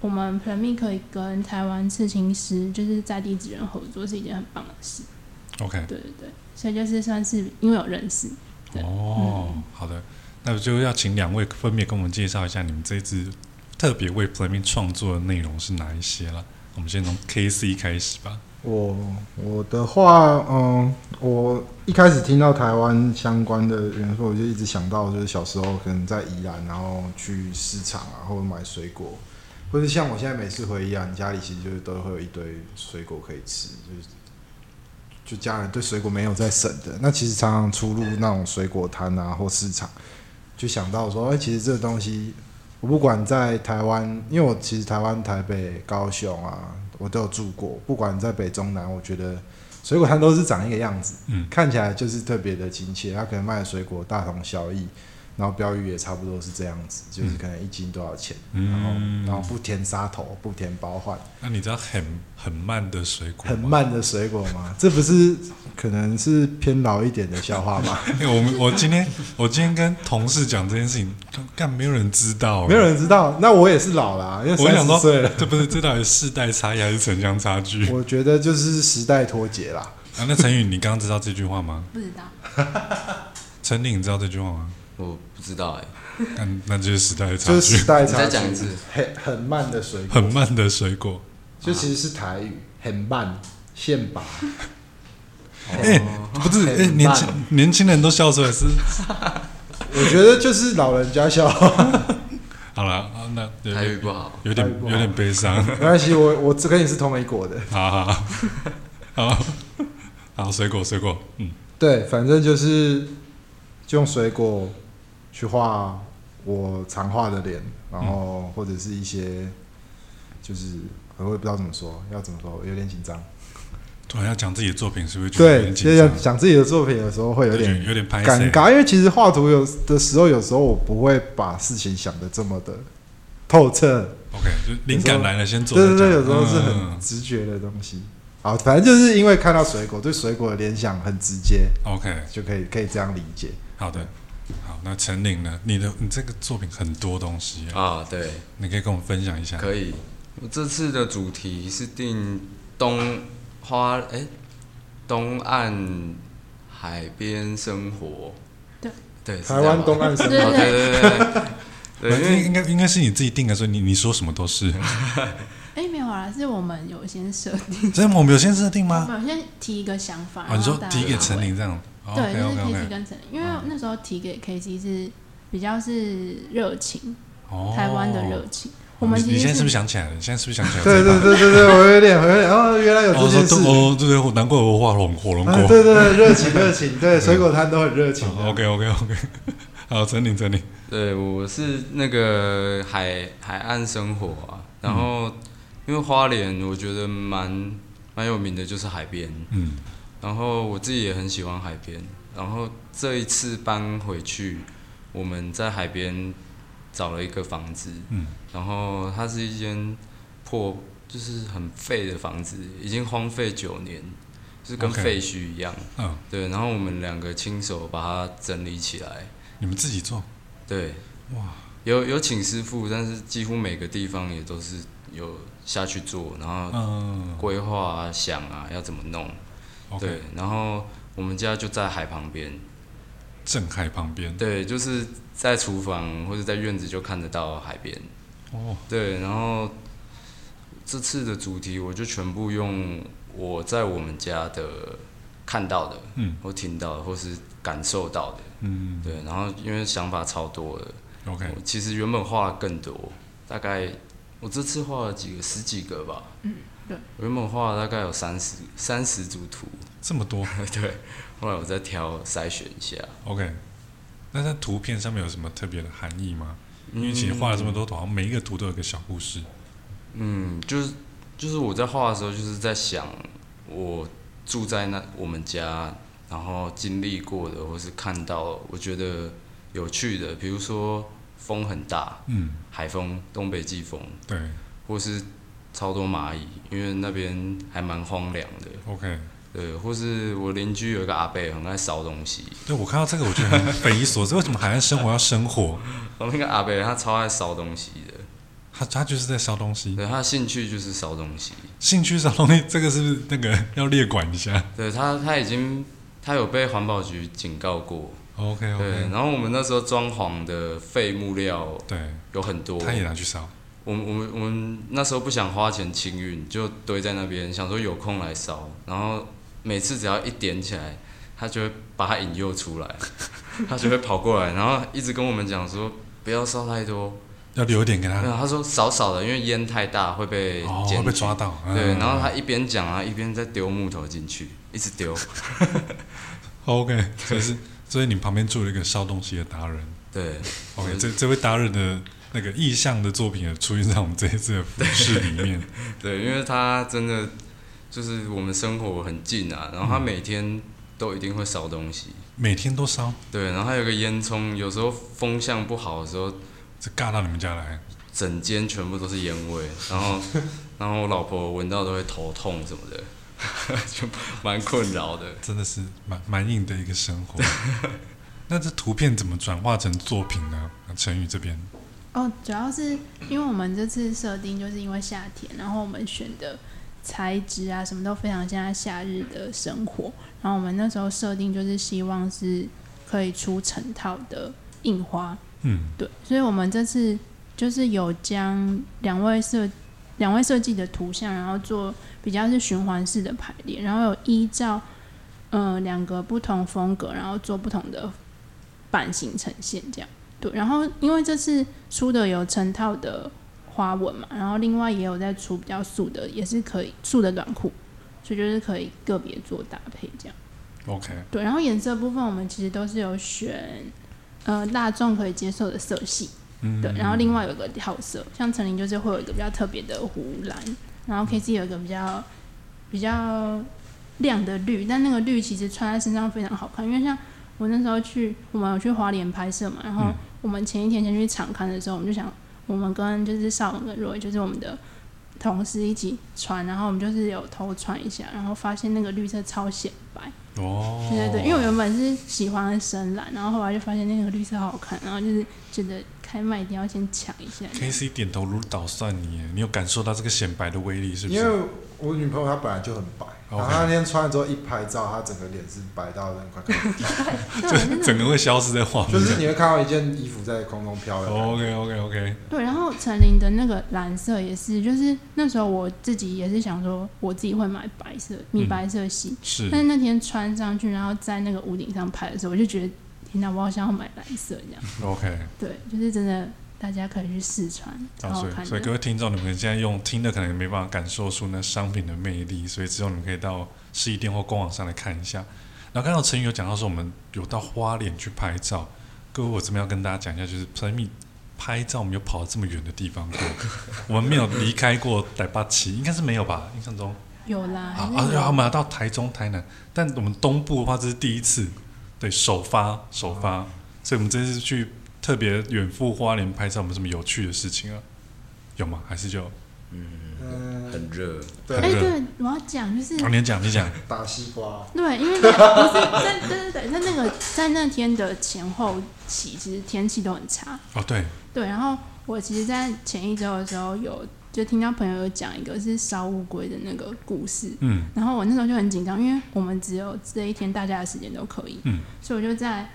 我们 p l a m i 可以跟台湾刺青师，就是在地职人合作，是一件很棒的事。哦 OK，对对对，所以就是算是因为有认识。对哦，好的。那我就要请两位分别跟我们介绍一下你们这一次特别为 p l a y m a t 创作的内容是哪一些啦。我们先从 KC 开始吧。我我的话，嗯，我一开始听到台湾相关的元素，我就一直想到就是小时候可能在宜兰，然后去市场啊，或者买水果，或者像我现在每次回宜兰，家里其实就是都会有一堆水果可以吃，就是就家人对水果没有在省的。那其实常常出入那种水果摊啊或市场，就想到说，哎、其实这个东西我不管在台湾，因为我其实台湾、台北、高雄啊，我都有住过。不管在北中南，我觉得水果摊都是长一个样子，嗯看起来就是特别的亲切。它可能卖的水果大同小异，然后标语也差不多是这样子，就是可能一斤多少钱，嗯然后然后不填杀头，不填包换，那你知道很很慢的水果吗 很？慢的水果吗？ 这不是可能是偏老一点的笑话 吗？欸、我们我今天我今天跟同事讲这件事情，干干没有人知道、欸，没有人知道，那我也是老啦、因为我三想十说岁了。，这不是这到底是世代差异还是城乡差距 我觉得就是时代脱节啦。啊？那陈宇，你刚刚知道这句话吗？不知道，陈林，你知道这句话吗？我不知道哎、那那就是时代的差就是距时，代你差距。再讲一次很很慢的水果，很慢的水果。就其实是台语，很慢，现拔。哦哎、不是，哎、很慢年轻年轻人都笑出来是。我觉得就是老人家笑， 好了，啊那有台点语不好，有台语点不好有点悲 伤。没关系，我我只跟你是同一国的。好好好好好，水果水果，嗯，对，反正就是就用水果去画我常画的脸，然嗯后或者是一些就是我也不知道怎么说，要怎么说，我有点紧张。突然要讲自己的作品，是不是觉得有对，点就紧张讲？讲自己的作品的时候会有点有点拍谁尴尬，因为其实画图有的时候，有时候我不会把事情想的这么的透彻。 OK，就灵感来了先做。对对对，再有讲时候是嗯很直觉的东西。好，反正就是因为看到水果，对水果的联想很直接， OK，就可以可以这样理解。好的，好，那陈玲呢？你的你这个作品很多东西啊，啊，对，你可以跟我们分享一下。可以。我这次的主题是定东花，哎、东岸海边生活。对对，是台这样湾吗东岸 生对哦，活，对对对对对，因应为应该应该是你自己定的，所以你你说什么都是。哎、没有啊，是我们有先设定，这我们有先设定我吗？们有先提一个想法，啊，然你后说大家提给陈玲这样。对， OK 就是 OK KC OK。跟陈，因为嗯那时候提给 KC 是比较是热情，哦台湾的热情。我你们其你实现在是不是想起来了？你现在是不是想起来？对对。对对对，我有点，我有点，哦，原来有哦，这说件事对。哦，对对，难怪我画龙火龙啊，果。对对对，热情热情，对，水果摊都很热情啊的。嗯哦 OK OK OK。好， 陈玲陈玲，对我是那个海海岸生活啊，然后、因为花莲我觉得蛮蛮有名的就是海边，嗯，然后我自己也很喜欢海边，然后这一次搬回去，我们在海边找了一个房子，嗯，然后它是一间破，就是很废的房子，已经荒废九年，就是跟 OK 废墟一样嗯对，然后我们两个亲手把它整理起来，你们自己做。对，哇，有有请师傅，但是几乎每个地方也都是有下去做，然后嗯规划啊、想啊要怎么弄。对，OK，，然后我们家就在海旁边，镇海旁边。对，就是在厨房或者在院子就看得到海边。哦，对，然后这次的主题我就全部用我在我们家的看到的，嗯，或听到的，或是感受到的，嗯对，然后因为想法超多的， ，OK，我其实原本画了更多，大概我这次画了几个，十几个吧。嗯，对。我原本画了大概有三十三十组图， 这么多。对。后来我再挑筛选一下， OK，那在图片上面有什么特别的含义吗？因为其实画了这么多图，好像每一个图都有个小故事。嗯，就是就是我在画的时候，就是在想我住在那我们家，然后经历过的，或是看到我觉得有趣的，比如说风很大，嗯，海风，东北季风，对或是超多蚂蚁，因为那边还蛮荒凉的。 ，OK，对，或是我邻居有一个阿伯很爱烧东西，对我看到这个我觉得很匪夷所思， 为什么海岸生活要生火？然后那个阿伯他超爱烧东西的，他他就是在烧东西，对他兴趣就是烧东西，兴趣烧东西，这个是不是那个要列管一下？对他他已经他有被环保局警告过， OK 对， OK，然后我们那时候装潢的废木料对，有很多，他也拿去烧，我们我们我们那时候不想花钱清运，就堆在那边，想说有空来烧。然后每次只要一点起来，他就会把它引诱出 来，他就会跑过来，然后一直跟我们讲说不要烧太多。要留一点给他没，有，他说少少的，因为烟太大会被嗯哦，检会举被抓。到。嗯对，然后他一边讲啊，一边在丢木头进去，一直丢。嗯 OK，所以是，所以你旁边住了一个烧东西的达人。对， OK，嗯这这位达人的那个意象的作品也出现在我们这一次的服饰里 面。对，因为他真的就是我们生活很近啊，然后他每天都一定会烧东西。每天都烧，对，然后还有个烟囱，有时候风向不好的时候，这尬到你们家来，整间全部都是烟味，然后然后我老婆闻到都会头痛什么的， 就蛮困扰的。真的是蛮蛮硬的一个生 活。那这图片怎么转化成作品呢？陈宇这边，哦，主要是因为我们这次设定就是因为夏天，然后我们选的材质啊什么都非常像夏日的生活，然后我们那时候设定就是希望是可以出成套的印花，嗯，对，所以我们这次就是有将两位设两位设计的图像，然后做比较是循环式的排列，然后有依照呃两个不同风格，然后做不同的版型呈现这样。对，然后因为这次出的有成套的花纹嘛，然后另外也有在出比较素的，也是可以素的短裤，所以就是可以个别做搭配这样。 OK，对，然后颜色部分我们其实都是有选，呃，大众可以接受的色系，嗯，对，然后另外有一个跳色，像陈琳就是会有一个比较特别的湖蓝，然后 K C 有一个比较比较亮的绿，但那个绿其实穿在身上非常好看，因为像我那时候去，我们有去花莲拍摄嘛，然后嗯我们前一天先去场刊的时候，我们就想，我们跟就是邵文跟若伟，就是我们的同事一起穿，然后我们就是有偷穿一下，然后发现那个绿色超显白。哦，对对对，因为我原本是喜欢深蓝，然后后来就发现那个绿色好看，然后就是觉得开麦一定要先抢一下。 K C 点头如捣蒜泥耶，你有感受到这个显白的威力是不因是？为我女朋友她本来就很白，然后 OK 她那天穿了之后一拍照，她整个脸是白到人快 看不到， 对，啊真的整个会消失在画面。就是你会看到一件衣服在空中飘的感觉。 OK OK OK，对，然后陈琳的那个蓝色也是，就是那时候我自己也是想说，我自己会买白色米白色系，是嗯但是那天穿上去，然后在那个屋顶上拍的时候，我就觉得天哪，我好想要买蓝色这样。 OK。对，就是真的，大家可以去试穿，超啊，好所看以所以各的。位听众，你们现在用听的可能没办法感受出那商品的魅力，所以之后你们可以到实体店或官网上来看一下。然后刚刚陈宇有讲到说，我们有到花莲去拍照，各位我这边要跟大家讲一下，就是陈宇拍照，我们有跑到这么远的地方过， 我们没有离开过台北市，应该是没有吧？印象中有啦，啊还啊是，然后我有们要到台中、台南，但我们东部的话，这是第一次，对，首发首发，所以我们这次去特别远赴花莲拍照，有没有什么有趣的事情啊？有吗？还是就嗯，嗯，很热，对，哎，对，我要讲就是啊，你讲，你讲，打西瓜，对，因为那个不是在对对对，在那个在那天的前后期，其实天气都很差。哦，对，对，然后我其实，在前一周的时候有就听到朋友有讲一个是烧乌龟的那个故事，嗯，然后我那时候就很紧张，因为我们只有这一天大家的时间都可以，嗯所以我就在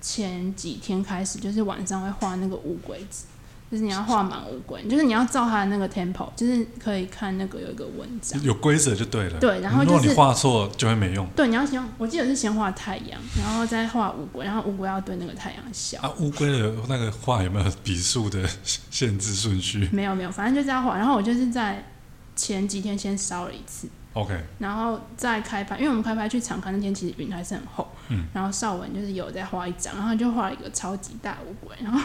前几天开始，就是晚上会画那个乌龟纸，就是你要画满乌龟，就是你要照它的那个 tempo，就是可以看那个有一个文章，有规则就对了。嗯对然后如果就是你画错就会没用对，你要先，我记得是先画太阳，然后再画乌龟，然后乌龟要对那个太阳笑。啊。乌龟的那个画有没有笔数的 限制顺序没有没有，反正就这样画。然后我就是在前几天先烧了一次， ？OK，然后再开拍，因为我们开拍去长康那天其实云还是很厚，嗯然后邵文就是有在画一张，然后就画了一个超级大乌龟， 然后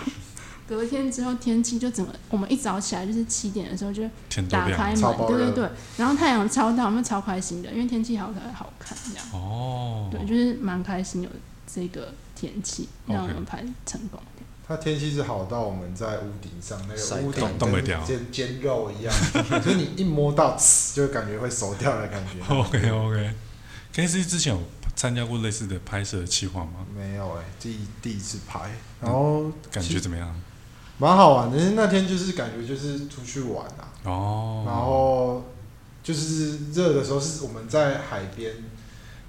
隔天之后天气就整个，我们一早起来就是七点的时候就天都打亮开了。超门，爆对热对对，然后太阳超大，我们超开心的，因为天气好才会好看这样。哦，对，就是蛮开心有这个天气， OK 让我们拍成功。它天气是好到我们在屋顶上，那晒个屋干顶冻不跟掉煎煎肉一样， 所以你一摸到，呲就感觉会熟掉的 感觉。 OK OK。K C 之前有参加过类似的拍摄的计划吗？没有哎、第一第一次拍，然后感觉怎么样？蛮好玩的。那天就是感觉就是出去玩啊，哦，然后就是热的时候是我们在海边，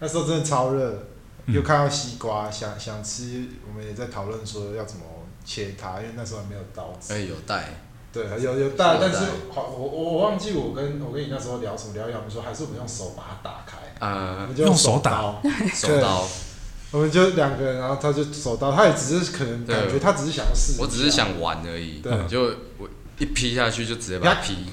那时候真的超热，嗯又看到西瓜，想想吃，我们也在讨论说要怎么切它，因为那时候还没有刀子。哎、有带，对，有有大，有但是带好，我我我忘记我跟我跟你那时候聊什么聊一聊，我们说还是我们用手把它打开，我呃，们就用手打刀，手刀，我们就两个人，然后他就手刀，他也只是可能感觉对他只是想要试一下，我只是想玩而已，对就我一劈下去就直接把它劈，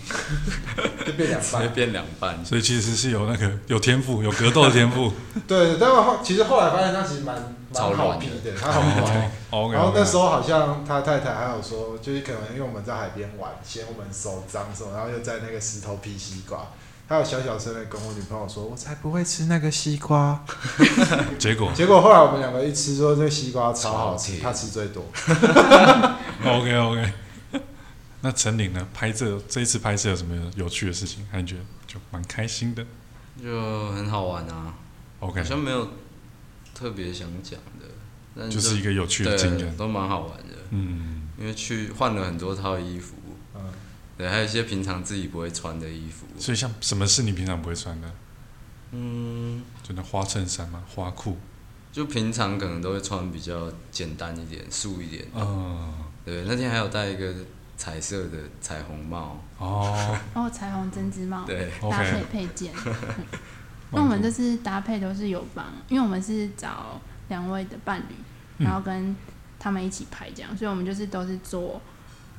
就变两直接半。变两半，所以其实是有那个有天赋，有格斗的天 赋。 对，但我后其实后来发现他其实蛮蛮超好乱的劈的， 他哦好玩。 OK，哦然后那时候好像他太太还有说，就是可能因为我们在海边玩，嫌我们手脏什么，然后又在那个石头劈西瓜。还有小小声的跟我女朋友说：“我才不会吃那个西瓜。结果”结果后来我们两个一吃，说这个西瓜超好超吃，甜他吃最多。 OK OK。那陈岭呢？拍摄这一次拍摄有什么有趣的事情？还觉得就蛮开心的。就很好玩啊， OK，好像没有特别想讲的，但就是一个有趣的经对验，。都蛮好玩的，嗯，因为去换了很多套衣服，嗯，对，还有一些平常自己不会穿的衣服，所以像什么是你平常不会穿的？嗯，就那花衬衫吗？花裤？就平常可能都会穿比较简单一点、素一点的，嗯，对，那天还有戴一个彩色的彩虹帽，哦然后彩虹针织啊帽对，搭配，OK，配 件。嗯那我们这次搭配都是有帮，因为我们是找两位的伴侣，嗯然后跟他们一起拍这样，所以我们就是都是做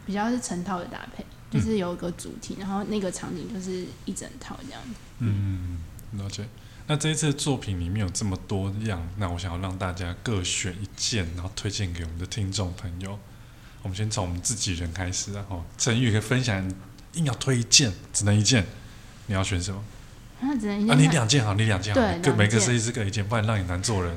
比较是成套的搭配，嗯就是有一个主题，然后那个场景就是一整套这样子。嗯，了解。那这一次的作品里面有这么多样，那我想要让大家各选一件，然后推荐给我们的听众朋友。我们先从我们自己人开始啊，然后陈宇可以分享，硬要推一件，只能一件，你要选什么？那只能一啊，件你看两件好，你两件对好，各两每个件设计师各一件，不然让你难做人。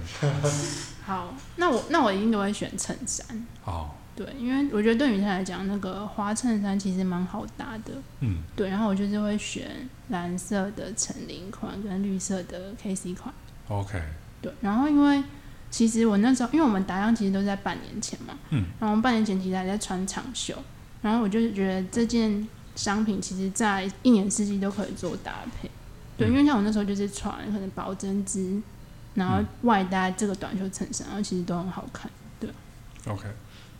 好，那我那我一定都会选衬衫，好，对，因为我觉得对女生来讲，那个花衬衫其实蛮好搭的，嗯，对，然后我就是会选蓝色的陈琳款跟绿色的 K C 款。 OK，对，然后因为其实我那时候，因为我们打样其实都在半年前嘛，嗯，然后我们半年前其实还在穿长袖，然后我就觉得这件商品其实在一年四季都可以做搭配，对，嗯因为像我那时候就是穿可能薄针织，然后嗯外搭这个短袖衬衫，然后其实都很好看。 OK，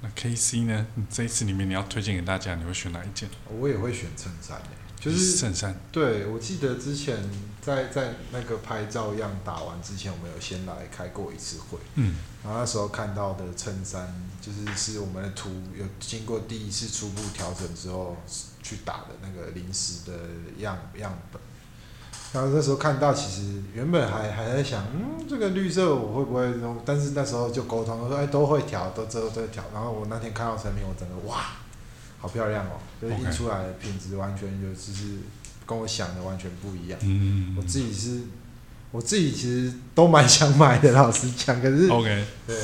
那 KC 呢？你这一次里面你要推荐给大家，你会选哪一件？我也会选衬衫诶、就是衬衫。对，我记得之前在在那个拍照样打完之前，我们有先来开过一次会，嗯然后那时候看到的衬衫，就是是我们的图有经过第一次初步调整之后去打的那个临时的样样本。然后那时候看到，其实原本还还在想，嗯，这个绿色我会不会弄？但是那时候就沟通，我说哎都会调，都这都会调。然后我那天看到成品，我整个哇，好漂亮哦！就是印 OK 出来的品质完全就就是跟我想的完全不一样。嗯我自己是，我自己其实都蛮想买的，老实讲，可是嗯 OK，对，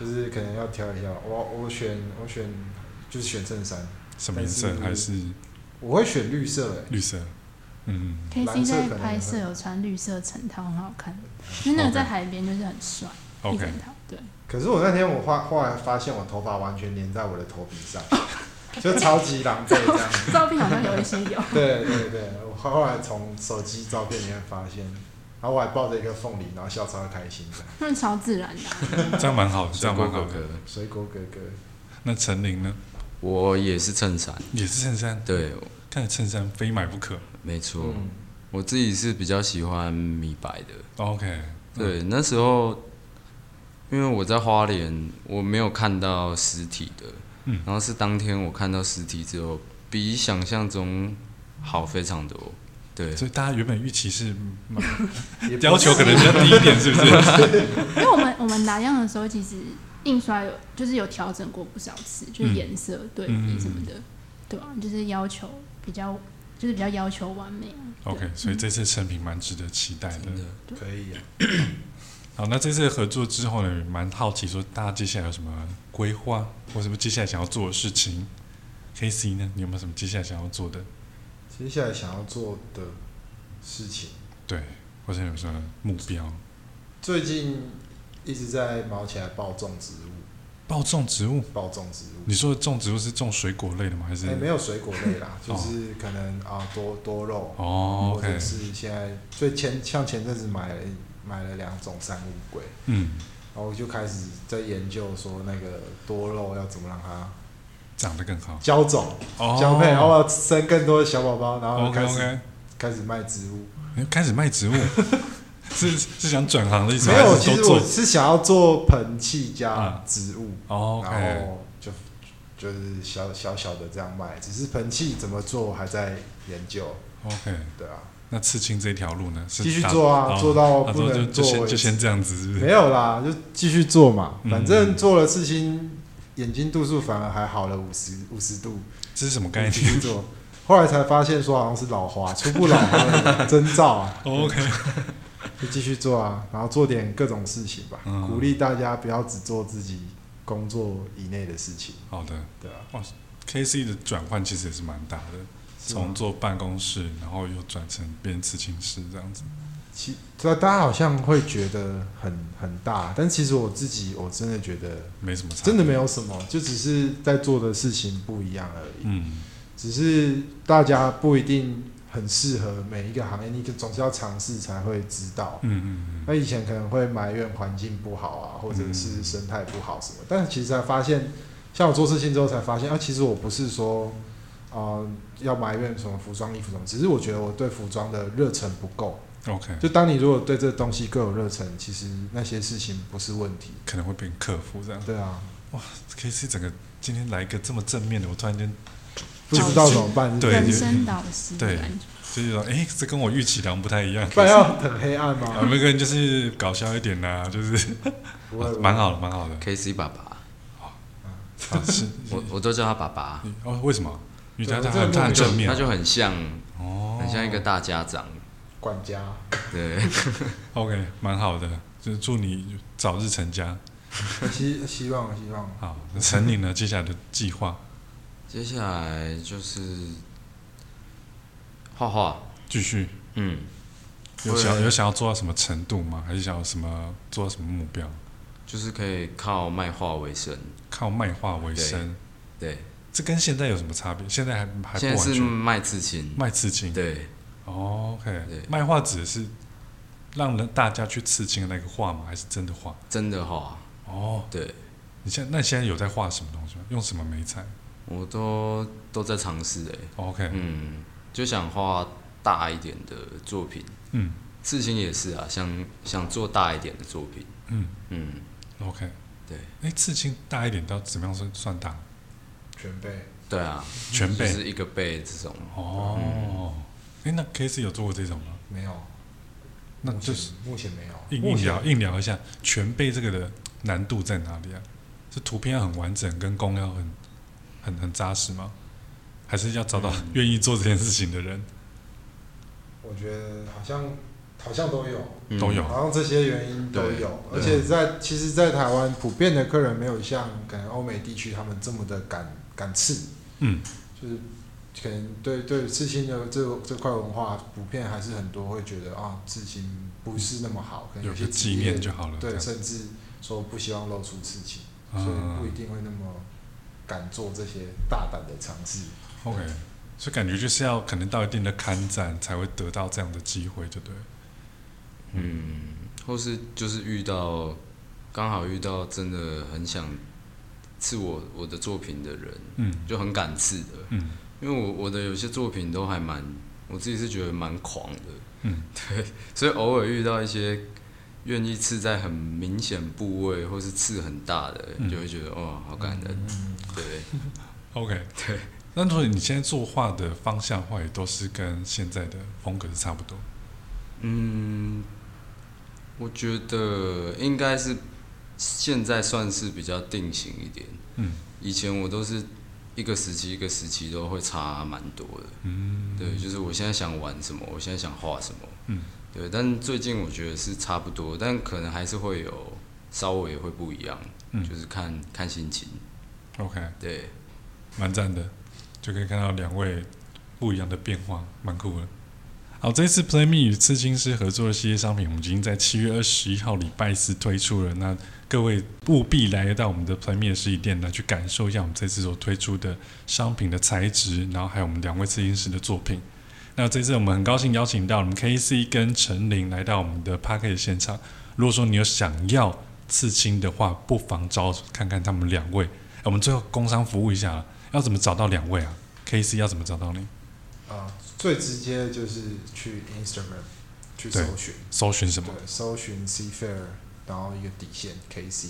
就是可能要挑一下。我我选我选就是选衬衫，什么颜色？还但是是我会选绿色欸诶、绿色？嗯 K 蓝 C 色在可能拍也摄会有穿绿色衬套，很好看，因为那个 OK 在海边就是很帅一，OK，整套。对，可是我那天我画后来发现我头发完全粘在我的头皮上， 就超级狼狈这样。照片好像有一些 有。对对对，我后来从手机照片里面发现，然后我还抱着一个凤梨，然后笑超开心的。他们超自然的啊、这样蛮好 的，这样蛮好水的。果哥哥水果哥哥，那陈琳呢？我也是衬衫，也是衬衫，对，看着衬衫非买不可。没错，嗯，我自己是比较喜欢米白的。哦 OK，对，那时候因为我在花莲，我没有看到实体的，嗯然后是当天我看到实体之后，比想象中好非常多。对，所以大家原本预期是蛮也 不要求是可能比较低一点，是不 是？因为我们我们打样的时候，其实印刷有就是有调整过不少次，就是颜色对比什么的，嗯对吧、就是要求比较，就是比较要求完美啊。 OK，所以这次成品蛮值得期待的真。的，可以啊。好，那这次合作之后呢，蛮好奇说大家接下来有什么规划，或什么接下来想要做的事情？K C 呢，你有没有什么接下来想要做的？接下来想要做的事情，对，或者有什么目标？最近一直在毛起来爆种植物，爆种植物？爆种植物。你说的种植物是种水果类的吗？还是？哎、没有水果类啦，就是可能啊多多肉，哦或者，OK，是现在最前像前阵子买了买了两种三物龟，嗯，然后我就开始在研究说那个多肉要怎么让它长得更好，交种、哦交配，然后要生更多的小宝宝，然后 OK 开始 OK，开始卖植物。开始卖植物， 是是想转行的意思吗？没有，还是都其实做我是想要做盆器加啊植物，哦然 OK，后就就是小小小的这样卖，只是盆器怎么做我还在研究， OK，对啊，那刺青这条路呢？是继续打做啊，哦做到啊不就能就做先为就止先这样子，是不是没有啦，就继续做嘛，嗯反正做了刺青，眼睛度数反而还好了五十五十度，这是什么我概们继 续念做。后来才发现说好像是老花，初步老花的 征兆啊，哦？OK，就继续做啊，然后做点各种事情吧，嗯鼓励大家不要只做自己工作以内的事情，好的对啊， ，KC 的转换其实也是蛮大的，是吗从做办公室，然后又转成变刺青师这样子。其啊大家好像会觉得很很大，但其实我自己我真的觉得没什么差，真的没。有什么，就只是在做的事情不一样而已。嗯，只是大家不一定很适合每一个行业，你就总是要尝试才会知道。嗯嗯那以前可能会埋怨环境不好啊，或者是生态不好嗯什么，但其实才发现，像我做事情之后才发现，啊，其实我不是说，呃，要埋怨什么服装、衣服什么，只是我觉得我对服装的热忱不够。嗯，OK，就当你如果对这东西更有热忱，其实那些事情不是问题。可能会变客服这样。对啊， KC 整个今天来一个这么正面的，我突然间不知道怎么办，对人就生导师的对感觉，就是说，哎、这跟我预期量不太一样。不然要很黑暗吗？我们个人就是搞笑一点啦、就是不会，蛮好的，蛮好的。 K C 爸爸，啊、是，我我都叫他爸爸，你哦，为什么？因为他他对我真的很他很莫名其妙正面，他就很像哦，很像一个大家长，管家。 对， OK，蛮好的，就是祝你早日成家。希希望希望好，那陈你呢？接下来的计划接下来就是画画，继续嗯，有想对有想要做到什么程度吗？还是想要什么做到什么目标？就是可以靠卖画为生，靠卖画为生，对，这跟现在有什么差别？现在还还不现在完是全卖刺青，卖刺青。对，哦 OK，对卖画指的是让人大家去刺青的那个画吗？还是真的画？真的画，哦，对你现在那你现在有在画什么东西吗？用什么媒材我都都在尝试哎， ？OK，嗯，就想画大一点的作品，嗯刺青也是啊，想想做大一点的作品，嗯嗯， ，OK，对，哎，刺青大一点到怎么样算算大？全备。对啊，全就背。是一嗯个背这种，哦，哎、那 K C 有做过这种吗？没有，那目前就是目前没有。硬目硬前聊硬聊一下，全背这个的难度在哪里啊？是图片要很完整，跟工要很很很扎实吗？还是要找到嗯愿意做这件事情的人？我觉得好像好像都有，嗯都有好像这些原因都对有，而且在其实，在台湾普遍的客人没有像可能欧美地区他们这么的敢敢刺，嗯，就是可能对对刺青的这这块文化普遍还是很多会觉得啊刺青不是那么好，可能有些个职纪业念就好了。这对，样甚至说不希望露出刺青，所以不一嗯定会那么敢做这些大胆的尝试。 ，OK，所以感觉就是要可能到一定的刊展才会得到这样的机会，就对了。嗯，或是就是遇到刚好遇到真的很想刺我我的作品的人，嗯就很敢刺的，嗯因为我我的有些作品都还蛮，我自己是觉得蛮狂的， 嗯，所以偶尔遇到一些愿意刺在很明显部位或是刺很大的，嗯就会觉得哦好感人，嗯，对， OK，对。那所以你现在做画的方向的话，也都是跟现在的风格是差不多。嗯，我觉得应该是现在算是比较定型一点，嗯以前我都是一个时期一个时期都会差蛮多的，嗯，对，就是我现在想玩什么，我现在想画什么，嗯，对，但最近我觉得是差不多，但可能还是会有稍微会不一样，嗯就是看看心情， OK，对，蛮赞的，就可以看到两位不一样的变化，蛮酷的。好，这次 Play Me 与刺青师合作的系列商品，我们已经在七月二十一号礼拜四推出了。那各位务必来到我们的 Play Me 的实体店来去感受一下我们这次所推出的商品的材质，然后还有我们两位刺青师的作品。那这次我们很高兴邀请到我们 K C 跟陈琳来到我们的 p a r k e 现场。如果说你有想要刺青的话，不妨找看看他们两位。我们最后工商服务一下，要怎么找到两位啊？K C 要怎么找到你？啊、最直接就是去 Instagram 去搜对寻，搜寻什对么，搜寻 Seafair，然后一个底线 KC，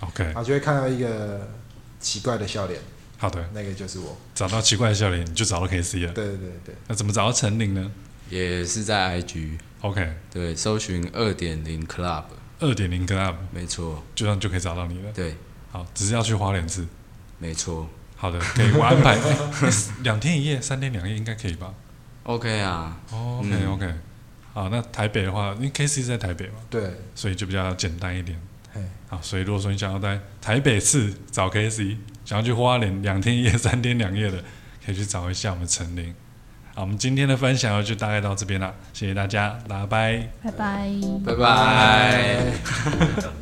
？OK，然后就会看到一个奇怪的笑脸，好的，那个就是我。找到奇怪的笑脸你就找到 K C 了。对对对对，那怎么找到陈琳呢也是在 IG， ？OK，对，搜寻二点零 Club，二点零 Club 没错，就这样就可以找到你了。对，好，只是要去花莲次。没错好的，可以，我安排 两天一夜，三天两夜应该可以吧？ ，OK 啊，哦，OK 嗯 OK，、好，那台北的话，因为 K C 在台北嘛，对，所以就比较简单一点。嘿，好，所以如果说你想要在台北市找 K C，想要去花莲两天一夜、三天两夜的，可以去找一下我们陈琳。好，我们今天的分享就大概到这边啦，谢谢大家，大家拜。拜拜。拜拜。